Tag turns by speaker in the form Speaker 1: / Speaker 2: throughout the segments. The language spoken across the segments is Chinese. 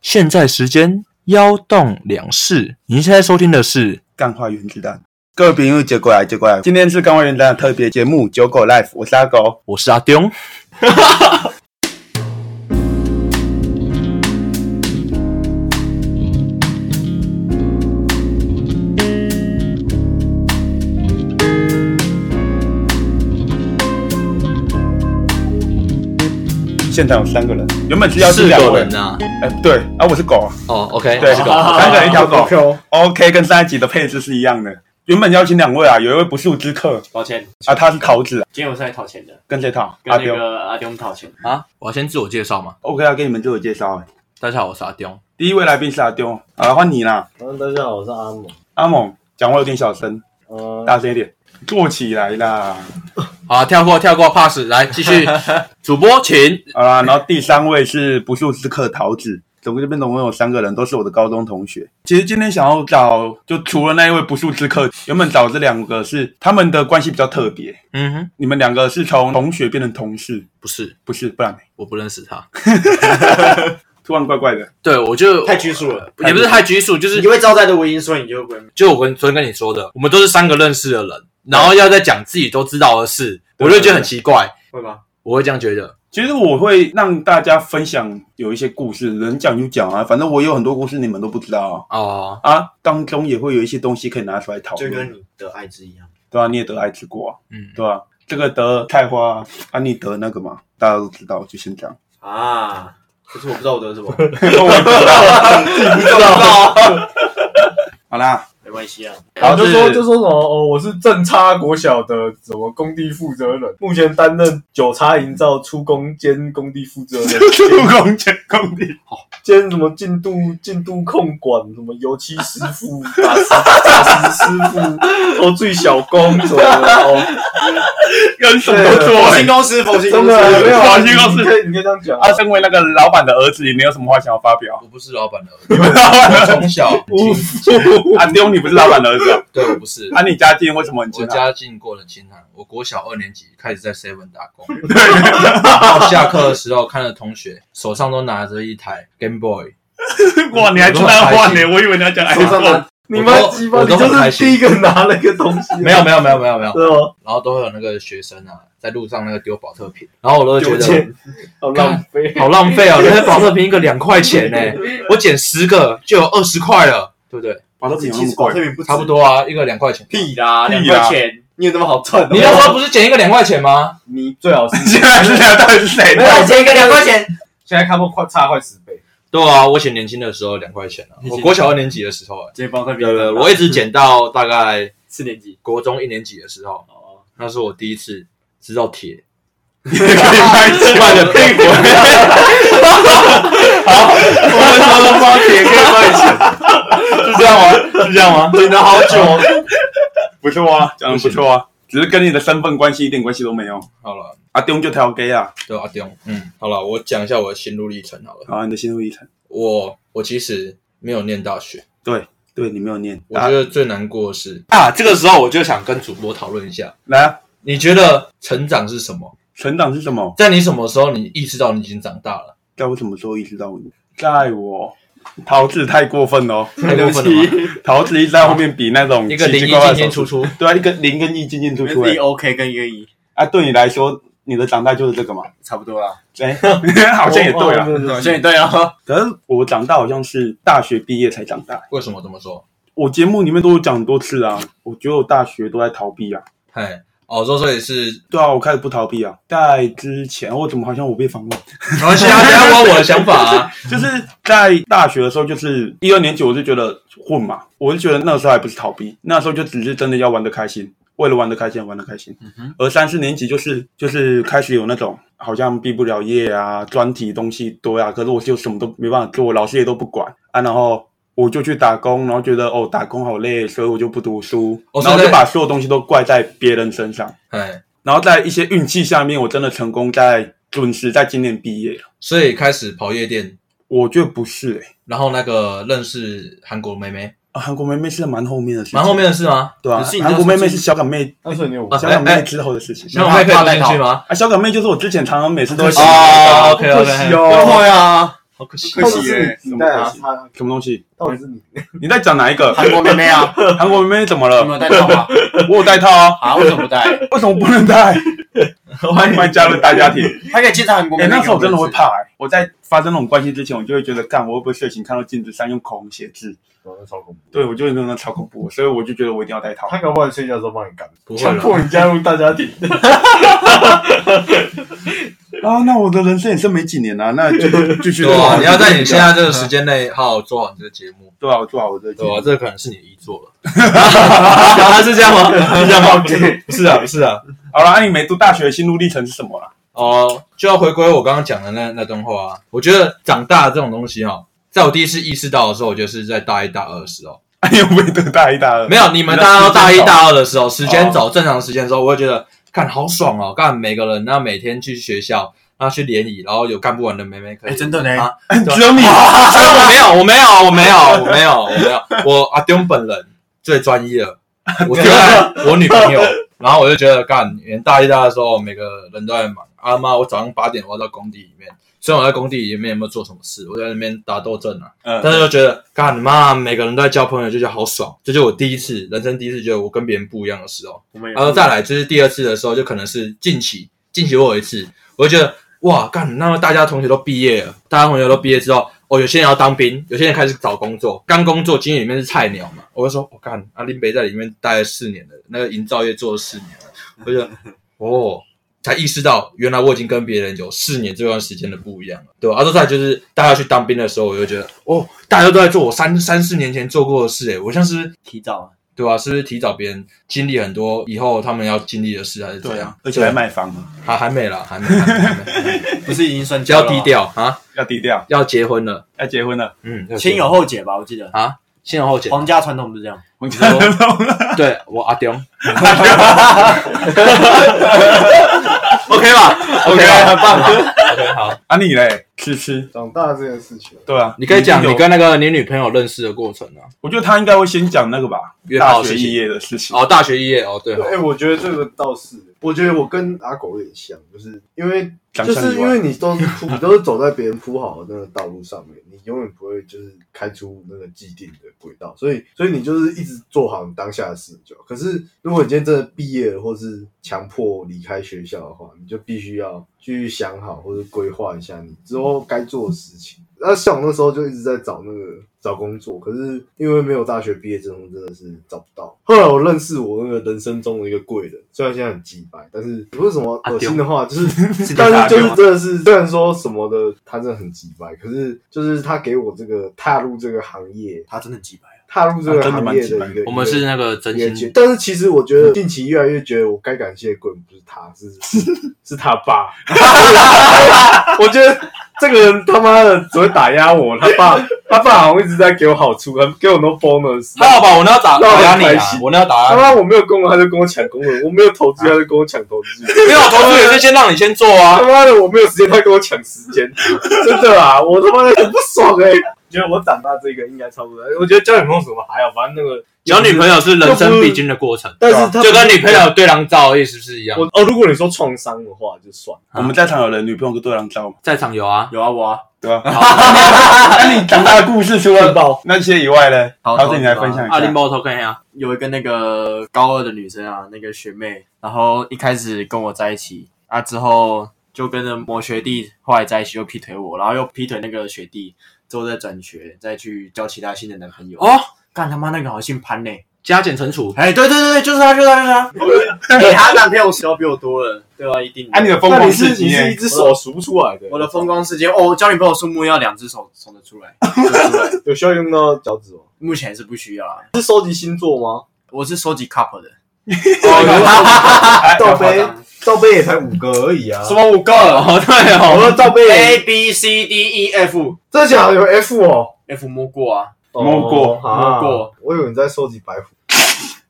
Speaker 1: 现在时间幺洞两室，您现在收听的是《
Speaker 2: 干化原子弹。各位朋友，接过来，接过来。今天是干化原子弹的特别节目《九狗 Life》，我是阿狗。
Speaker 1: 我是阿丢》。
Speaker 2: 现场有三个人，原本是要两位。
Speaker 3: 啊。
Speaker 2: 哎、对，啊，我是狗。
Speaker 3: 哦，OK，
Speaker 2: 对
Speaker 3: 是狗。
Speaker 2: 好三个人一条狗
Speaker 4: 狗。
Speaker 2: OK，跟上一集的配置是一样的。原本邀请两位啊，有一位不速之客
Speaker 4: 抱歉，
Speaker 2: 啊，他是桃子，
Speaker 4: 今天我是来讨钱的，
Speaker 2: 跟谁讨？
Speaker 4: 跟
Speaker 2: 阿
Speaker 4: 那
Speaker 2: 丢。
Speaker 4: 个阿丁讨钱。
Speaker 1: 啊，
Speaker 3: 我要先自我介绍嘛。
Speaker 2: OK，要跟你们自我介绍。啊
Speaker 3: 大家好，我是阿丢。
Speaker 2: 第一位来宾是阿丢，啊，换你啦，
Speaker 5: 嗯，大家好，我是阿猛。
Speaker 2: 阿猛，讲话有点小声，
Speaker 5: 呃，
Speaker 2: 大声一点，坐起来啦。
Speaker 3: 好啊，跳过，跳过，pass，来继 续。主播，请。
Speaker 2: 好啦，然后第三位是不速之客桃子，总共这边总共有三个人，都是我的高中同学。其实今天想要找，就除了那一位不速之客， 原本找这两个是他们的关系比较特别，
Speaker 3: 嗯哼，
Speaker 2: 你们两个是从同学变成同事，
Speaker 3: 不是，
Speaker 2: 不是不然呢
Speaker 3: 我不认识他。
Speaker 2: 突然怪怪的。
Speaker 3: 对，我就呃
Speaker 4: 太拘束了，
Speaker 3: 也不是太拘束，就是
Speaker 4: 你就会照在的唯音说，你就不会。
Speaker 3: 就我跟昨天跟你说的，我们都是三个认识的人，然后要再讲自己都知道的事，我就觉得很奇怪。
Speaker 4: 会吗？
Speaker 3: 我会这样觉得。
Speaker 2: 其实我会让大家分享有一些故事，能讲就讲啊，反正我有很多故事你们都不知道
Speaker 3: 哦，
Speaker 2: 啊。啊，当中也会有一些东西可以拿出来讨
Speaker 4: 就
Speaker 2: 论，
Speaker 4: 跟你的爱之一样，
Speaker 2: 对啊，你也得艾滋过啊，
Speaker 3: 嗯，
Speaker 2: 对啊，这个得菜花啊，你得那个嘛，大家都知道，就先这样。
Speaker 4: 啊。可是我不知道我得什么，
Speaker 2: 我也不知道，自己不知道。好 啦，
Speaker 4: 没关系啊。
Speaker 5: 然后就说
Speaker 2: 是
Speaker 5: 就说什么哦，我是正差国小的什么工地负责人，目前担任九叉营造出工兼工地负责 人，
Speaker 2: 助攻前攻地，
Speaker 5: 兼什么进度进度控管，什么油漆师傅、 打石打石师 傅、哦最小工什么的哦，
Speaker 2: 跟什么
Speaker 5: 都做
Speaker 4: 佛心公司，佛心公
Speaker 5: 真
Speaker 4: 司，
Speaker 5: 的没有啊，
Speaker 2: 法律公
Speaker 5: 你
Speaker 2: 司
Speaker 5: 可以你可以这样讲啊
Speaker 2: 啊，，身为那个老板的儿子，你有什么话想要发表？
Speaker 3: 我不是老板的儿子，我从小很 亲，
Speaker 2: 阿丢，啊你不是老板的儿子啊？
Speaker 3: 对我不是。
Speaker 2: 啊，你家境为什么很
Speaker 3: 我
Speaker 2: 艰难？
Speaker 3: 家境过得清寒，我国小二年级开始在 Seven 打 工，然后下课的时候看着同学手上都拿着一台 Game Boy，
Speaker 2: 哇，你还知道话呢？我以为你要讲 iPhone。
Speaker 5: 你们鸡巴
Speaker 3: 我
Speaker 5: 你
Speaker 3: 都很
Speaker 5: 就
Speaker 3: 开
Speaker 5: 是
Speaker 3: 心
Speaker 5: 第一个拿那个东西，啊哦
Speaker 3: 没有没有没有没有没有，
Speaker 5: 是吗？
Speaker 3: 然后都会有那个学生啊在路上那个丢保特瓶，然后我都会觉
Speaker 5: 九
Speaker 3: 得
Speaker 5: 千，好浪费。
Speaker 3: 好浪费哦，那些保特瓶一个两块钱 呢、我捡十个就有二十块了，对不对？
Speaker 2: 把
Speaker 4: 其实保特瓶不止
Speaker 3: 差不多啊，一个两块钱。
Speaker 4: 屁啦，两
Speaker 2: 屁啦
Speaker 4: 块钱，你有那么好赚哦？
Speaker 3: 你那时候不是捡一个两块钱吗？
Speaker 5: 你最 好是
Speaker 2: 现在是俩到底是谁
Speaker 4: 没？有钱一个两块钱，
Speaker 5: 现在看过快差快十倍，
Speaker 3: 对啊，我捡年轻的时候两块钱啊，
Speaker 4: 你
Speaker 3: 我
Speaker 4: 捡
Speaker 3: 国小二年级的时候、欸，
Speaker 4: 直接包特
Speaker 3: 对对对，我一直捡到大概
Speaker 4: 四年级
Speaker 3: 国中一年级的时候，
Speaker 4: 哦，
Speaker 3: 那是我第一次知道铁
Speaker 2: 卖的屁股。 好，我们说了帮铁可以帮你
Speaker 3: 是这样吗？是这样 吗？
Speaker 2: 等了好久，不错啊，讲的不错啊，只是跟你的身份关系一点关系都没有。
Speaker 3: 好了，
Speaker 2: 阿丢就挑 gay 啊，
Speaker 3: 对阿丁，嗯，好了，我讲一下我的心路历程好了。
Speaker 2: 然后你的心路历程，
Speaker 3: 我我其实没有念大学，
Speaker 2: 对你没有念，啊
Speaker 3: 我觉得最难过的是啊，这个时候我就想跟主播讨论一下，
Speaker 2: 来啊，
Speaker 3: 你觉得成长是什么？
Speaker 2: 成长是什么？
Speaker 3: 在你什么时候你意识到你已经长大了？
Speaker 2: 在我什么时候意识到你？在我桃子太过分了哦，
Speaker 3: 太过分了吗
Speaker 2: 桃子一直在后面比那种
Speaker 3: 一个
Speaker 2: 奇
Speaker 3: 零一
Speaker 2: 奇怪
Speaker 3: 进
Speaker 2: 怪的
Speaker 3: 进
Speaker 2: 手
Speaker 3: 出
Speaker 2: 势，
Speaker 3: 出，
Speaker 2: 对啊，一个零跟一进进出出、
Speaker 4: 一
Speaker 2: 欸，
Speaker 4: OK 跟一个一
Speaker 2: 啊，对你来说，你的长大就是这 个嘛？
Speaker 4: 差不多啦，
Speaker 2: 哎、 好像也对啊。
Speaker 4: 好像也对啊。
Speaker 2: 可是我长大好像是大学毕业才长大，
Speaker 3: 为什么这么说？
Speaker 2: 我节目里面都有讲很多次啊，我觉得我大学都在逃避啊。
Speaker 3: 嗨，哦，说这也是
Speaker 2: 对啊，我开始不逃避啊。在之前，哦我怎么好像我被访 问？
Speaker 3: 没关系啊，不要管我的想法 啊。
Speaker 2: 就是在大学的时候，就是一二年级，我就觉得混嘛，我就觉得那时候还不是逃避，那时候就只是真的要玩的开心，为了玩的开心而玩的开心。
Speaker 3: 嗯
Speaker 2: 而三四年级就是就是开始有那种好像毕不了业啊，专题东西多呀、可是我就什么都没办法做，老师也都不管啊，然后。我就去打工，然后觉得哦，打工好累，所以我就不读书，
Speaker 3: 哦所
Speaker 2: 然后
Speaker 3: 以
Speaker 2: 就
Speaker 3: 在
Speaker 2: 把所有东西都怪在别人身上，
Speaker 3: 嗨，
Speaker 2: 然后在一些运气下面，我真的成功在准时在今年毕业了。
Speaker 3: 所以开始跑夜店，
Speaker 2: 我觉得不是诶、
Speaker 3: 然后那个认识韩国妹妹，
Speaker 2: 啊，韩国妹妹是蛮后面的事情，
Speaker 3: 蛮后面的事吗？
Speaker 2: 对啊
Speaker 4: 可是你，那
Speaker 2: 韩
Speaker 4: 时候
Speaker 2: 国妹妹是小港妹，
Speaker 5: 那时候你有
Speaker 3: 啊
Speaker 2: 小港
Speaker 3: 哎
Speaker 2: 妹
Speaker 3: 哎
Speaker 2: 之后的事情。
Speaker 3: 那我们可以进去吗？
Speaker 2: 啊，小港妹就是我之前常常每次都会
Speaker 3: 哦
Speaker 2: 啊，
Speaker 3: ，OK OK，
Speaker 5: 哦，
Speaker 4: 对啊，
Speaker 3: 好可惜
Speaker 4: 可
Speaker 6: 到
Speaker 4: 惜
Speaker 6: 底是你
Speaker 4: 耶
Speaker 6: 你带啊
Speaker 4: 什，
Speaker 6: 他
Speaker 2: 什么东西？
Speaker 6: 到底是你
Speaker 2: 你在讲哪一个？
Speaker 4: 韩国妹妹 啊，
Speaker 2: 韩国妹妹怎么
Speaker 4: 有
Speaker 2: 了
Speaker 4: 没？有带套 啊？
Speaker 2: 我有带套啊，
Speaker 4: 啊，为什么不带？
Speaker 2: 为什么不能带？欢迎加入大家庭。
Speaker 4: 还可以介绍韩国
Speaker 2: 哎、
Speaker 4: 妹妹。
Speaker 2: 那时候我真的会怕、欸。我在发生那种关系之前，我就会觉得，干，我会不会睡醒看到镜子上用口红写字？
Speaker 6: 我超恐怖。
Speaker 2: 对，我就会真的超恐怖，所以我就觉得我一定要戴套。
Speaker 6: 他搞不好睡觉的时候帮你干，
Speaker 3: 不会
Speaker 6: 强迫
Speaker 3: 了，
Speaker 6: 你加入大家 庭。
Speaker 2: 啊，那我的人生也剩没几年了、那就继续
Speaker 3: 对
Speaker 2: 做
Speaker 3: 啊，
Speaker 2: 好
Speaker 3: 你要在你现在这个时间内好好做好你这个节目，
Speaker 2: 对啊，我做好我的计
Speaker 3: 对啊，
Speaker 2: 划。
Speaker 3: 这可能是你的遗作了， 啊是这样吗？ 是这样 吗？不是啊，不是啊，
Speaker 2: 好了，那、你没读大学的心路历程是什么啊啦？
Speaker 3: 哦，就要回归我刚刚讲的那那段话啊，我觉得长大这种东西哈，在我第一次意识到的时候，我就是在大一大二的时候，
Speaker 2: 啊，你有没有读大一、大二？
Speaker 3: 没有，你们大家都大一大二的时候，时间走正常时间的时候，我会觉得看好爽哦，干每个人，然后每天去学校，然后去联谊，然后有干不完的妹妹可以。
Speaker 4: 哎，真的呢，
Speaker 3: 啊
Speaker 2: 只有你。
Speaker 3: 哎我没有，我没有，我没有，我没有，我没有，我阿丢本人最专一了，我丢在我女朋友，然后我就觉得干，连大一大二的时候，每个人都在忙，阿、妈，我早上八点我要到工地里面。虽然我在工地里面有没有做什么事，我在那边打斗阵啊，
Speaker 2: 嗯
Speaker 3: 但是就觉得干嘛，每个人都在交朋友，就觉得好爽。这就是我第一次人生第一次觉得我跟别人不一样的时候。
Speaker 4: 我们也
Speaker 3: 然后再来就是第二次的时候，就可能是近期，近期我有一次，我就觉得哇，干，那么大家同学都毕业了，大家同学都毕业之后，哦，有些人要当兵，有些人开始找工作，刚工作经验里面是菜鸟嘛，我就说，我、干，阿林北在里面待了四年了，那个营造业做了四年了，我就觉得哦。才意识到，原来我已经跟别人有四年这段时间的不一样了，对吧？然后再来就是大家去当兵的时候，我就觉得，哦，大家都在做我三三四年前做过的事，诶，哎我像是
Speaker 4: 提早啊，
Speaker 3: 对吧、是不是提早别人经历很多以后他们要经历的事，还是怎
Speaker 2: 对
Speaker 3: 样
Speaker 2: 啊？，而且还卖房，
Speaker 3: 还还没啦，还没，还没，还没还 没
Speaker 4: 不是已经算
Speaker 3: 比较
Speaker 4: 了
Speaker 3: 低
Speaker 4: 吗，
Speaker 3: 调啊，
Speaker 2: 要低调，
Speaker 3: 要结婚了，
Speaker 2: 要结婚了。
Speaker 3: 嗯，
Speaker 4: 先有后姐吧，我记得
Speaker 3: 啊，先有后结，
Speaker 4: 皇家传统不是这样，
Speaker 2: 我真的懂了
Speaker 3: 对我阿 丢，OK 吧
Speaker 2: OK 啊
Speaker 3: 很棒吧，OK 好，
Speaker 2: 啊，你嘞？吃吃，
Speaker 6: 长大这件事情，
Speaker 2: 对啊，
Speaker 3: 你可以讲
Speaker 2: 有
Speaker 3: 你跟那个你女朋友认识的过程啊，
Speaker 2: 我觉得他应该会先讲那个吧，
Speaker 3: 约炮
Speaker 2: 大
Speaker 3: 的
Speaker 2: 学
Speaker 3: 事情
Speaker 2: 毕业的事情。
Speaker 3: 哦，大学毕业哦，对哦，
Speaker 6: 哎，我觉得这个倒是，我觉得我跟阿狗有点像，就是因为
Speaker 2: 长
Speaker 6: 就
Speaker 2: 相
Speaker 6: 是
Speaker 2: 以
Speaker 6: 因
Speaker 2: 外
Speaker 6: 为你都是铺，你都是走在别人铺好的那个道路上面，你永远不会就是开出那个既定的轨道，所以所以你就是一直做好你当下的事就好。可是如果你今天真的毕业了，或是强迫离开学校的话，你就必须要去想好或者规划一下你之后该做的事情。那像我那时候就一直在找那个找工作，可是因为没有大学毕业证书，真的是找不到。后来我认识我那个人生中的一个贵人，虽然现在很鸡掰，但是不是什么恶心的话，就是但是就是真的是，虽然说什么的，他真的很鸡掰，可是就是他给我这个踏入这个行业，
Speaker 4: 他真的很鸡掰啊，
Speaker 6: 踏入这个
Speaker 2: 啊真的
Speaker 6: 行
Speaker 2: 蛮
Speaker 6: 业
Speaker 2: 鸡掰
Speaker 6: 的一个，
Speaker 3: 我们是那个真
Speaker 6: 一个阶
Speaker 3: 心，
Speaker 6: 但是其实我觉得近期越来越觉得我该感谢的鬼不是他，是 是是他爸。 我觉得这个人他妈的只会打压我，他爸他爸好像一直在给我好处，还给我 no bonus。
Speaker 3: 还好吧，我那要打
Speaker 6: 那我
Speaker 3: 打
Speaker 6: 很
Speaker 3: 压你
Speaker 6: 开
Speaker 3: 啊
Speaker 6: 心，
Speaker 3: 我那要打压
Speaker 6: 他
Speaker 3: 你。
Speaker 6: 妈我没有工作，他就跟我抢工作；我没有投资，他就跟我抢投资。
Speaker 3: 没有投资也是先让你先做啊
Speaker 6: 他。妈的，我没有时间，他跟我抢时间， 真的啊，我他妈的很不爽哎、欸。觉得我长大这个应该差不多，我觉得交女朋友什么还好，反正那个
Speaker 3: 交女朋友是人生必经的过程，
Speaker 2: 啊
Speaker 6: 但是他
Speaker 3: 就跟女朋友对狼照的意思是一样
Speaker 6: 我。哦，如果你说创伤的话就算，
Speaker 2: 我们在场有人女朋友跟对象交嘛，
Speaker 3: 在场有啊，
Speaker 4: 有啊我啊，
Speaker 2: 对吧？那你长大的故事除了
Speaker 6: 爆
Speaker 2: 那些以外呢？
Speaker 4: 好
Speaker 2: 桃子，你来分享一
Speaker 3: 阿林
Speaker 2: 下。
Speaker 3: 包头啊看一下，
Speaker 4: 有一个那个高二的女生啊，那个学妹，然后一开始跟我在一起啊，之后就跟着某学弟，后来在一起又劈腿我，然后又劈腿那个学弟，之后再转学，再去交其他新的男朋友。
Speaker 3: 哦，
Speaker 4: 干他妈那个好姓潘呢、
Speaker 3: 加减乘除，
Speaker 4: 哎，对对对对，就是他，就是他，就是他。哎、他男朋友时候比我多了，对吧、一定的。
Speaker 2: 啊，你的疯
Speaker 6: 那
Speaker 2: 狂
Speaker 6: 你是
Speaker 2: 事迹
Speaker 6: 你是一
Speaker 2: 耶，
Speaker 6: 只手数不出来的，
Speaker 4: 我的风光世界，哦，我交女朋友数目要两只手数得出来，数得出来。
Speaker 6: 有需要用到脚趾吗？
Speaker 4: 目前是不需要啊，
Speaker 6: 是收集星座吗？
Speaker 4: 我是收集 couple 的，
Speaker 3: 哦啊
Speaker 4: 不要夸
Speaker 6: 罩杯
Speaker 4: 张，
Speaker 6: 罩杯也才五个而已啊！
Speaker 4: 么哎五个？
Speaker 3: 哦，对
Speaker 6: 我
Speaker 3: 哦，
Speaker 6: 说罩杯
Speaker 4: A B C D E F
Speaker 6: 真的假的有 F 哦？
Speaker 4: F 摸过啊，
Speaker 2: 摸过
Speaker 6: 哦啊
Speaker 4: 摸过
Speaker 6: 我以为你在收集白虎。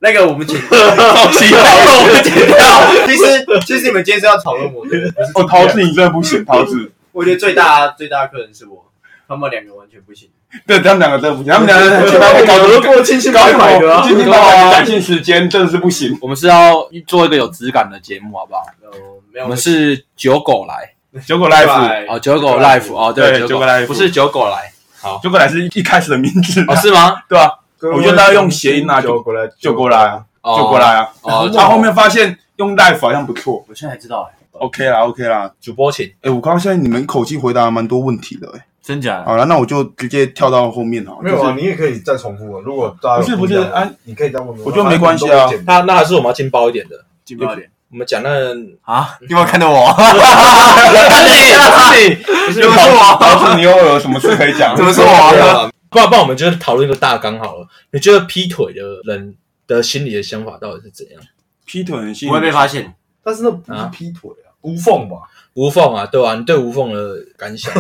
Speaker 4: 那个我们剪
Speaker 2: 好奇
Speaker 4: 哦
Speaker 2: 怪。
Speaker 4: 掉。其实其实你们今天是要讨论我的， 不是
Speaker 2: 哦，桃子，你真的不行，桃子，
Speaker 4: 我觉得最大最大的客人是我，他们两个完全不行。
Speaker 2: 对他们两个真的不行，他们两个
Speaker 6: 我
Speaker 2: 去他们搞
Speaker 6: 都过亲戚买 买的
Speaker 2: 搞什！么？
Speaker 6: 啊
Speaker 2: 今天
Speaker 3: 对
Speaker 2: 把
Speaker 3: 啊
Speaker 2: 感性时间真的是不行。
Speaker 3: 我们是要做一个有质感的节目，好不好？
Speaker 4: 呃，没有，
Speaker 3: 我们是九狗来，
Speaker 2: 九狗 life，
Speaker 4: 拜
Speaker 3: 哦，九狗 life 哦，
Speaker 2: 对
Speaker 3: 九
Speaker 2: 九狗 life
Speaker 3: 不是九狗来
Speaker 2: 九狗 life 是一开始的名字，
Speaker 3: 哦，是吗？
Speaker 2: 对吧？
Speaker 6: 我
Speaker 2: 我觉得大家用谐音啊
Speaker 6: 就过来，
Speaker 2: 就过来啊，
Speaker 3: 哦
Speaker 2: 就过来啊。
Speaker 3: 哦，
Speaker 2: 他后面发现用 life 好像不错
Speaker 4: 我现在才知道哎、
Speaker 2: ，OK 啦，OK 啦。
Speaker 3: 主播请
Speaker 2: 哎，我刚刚现在你们口气回答蛮多问题的，哎，
Speaker 4: 真假的？
Speaker 2: 好了，那我就直接跳到后面好了。
Speaker 6: 没有
Speaker 2: 就
Speaker 6: 啊，
Speaker 2: 是
Speaker 6: 你也可以再重复啊。如果大家有
Speaker 2: 不是
Speaker 6: 一样的
Speaker 2: 不是啊，
Speaker 6: 你可以再问。
Speaker 2: 我觉得没关系啊
Speaker 6: 反正都
Speaker 3: 那那还是我们要劲爆一点的，
Speaker 4: 劲爆一点
Speaker 3: 我们讲那个
Speaker 4: 啊！你有没有看 到我？
Speaker 3: 是你不是
Speaker 4: 有没有
Speaker 3: 我，
Speaker 2: 老子你又有什么事可以讲？
Speaker 4: 怎么
Speaker 3: 不
Speaker 4: 是我
Speaker 3: 对啊不然不然，我们就是讨论一个大纲好了。你觉得劈腿的人的心理的想法到底是怎样？
Speaker 2: 劈腿很幸
Speaker 4: 不会被
Speaker 2: 运，
Speaker 4: 发现。
Speaker 6: 但是那不是劈腿啊，无缝吧？
Speaker 3: 无缝啊，对吧、你对无缝的感 想，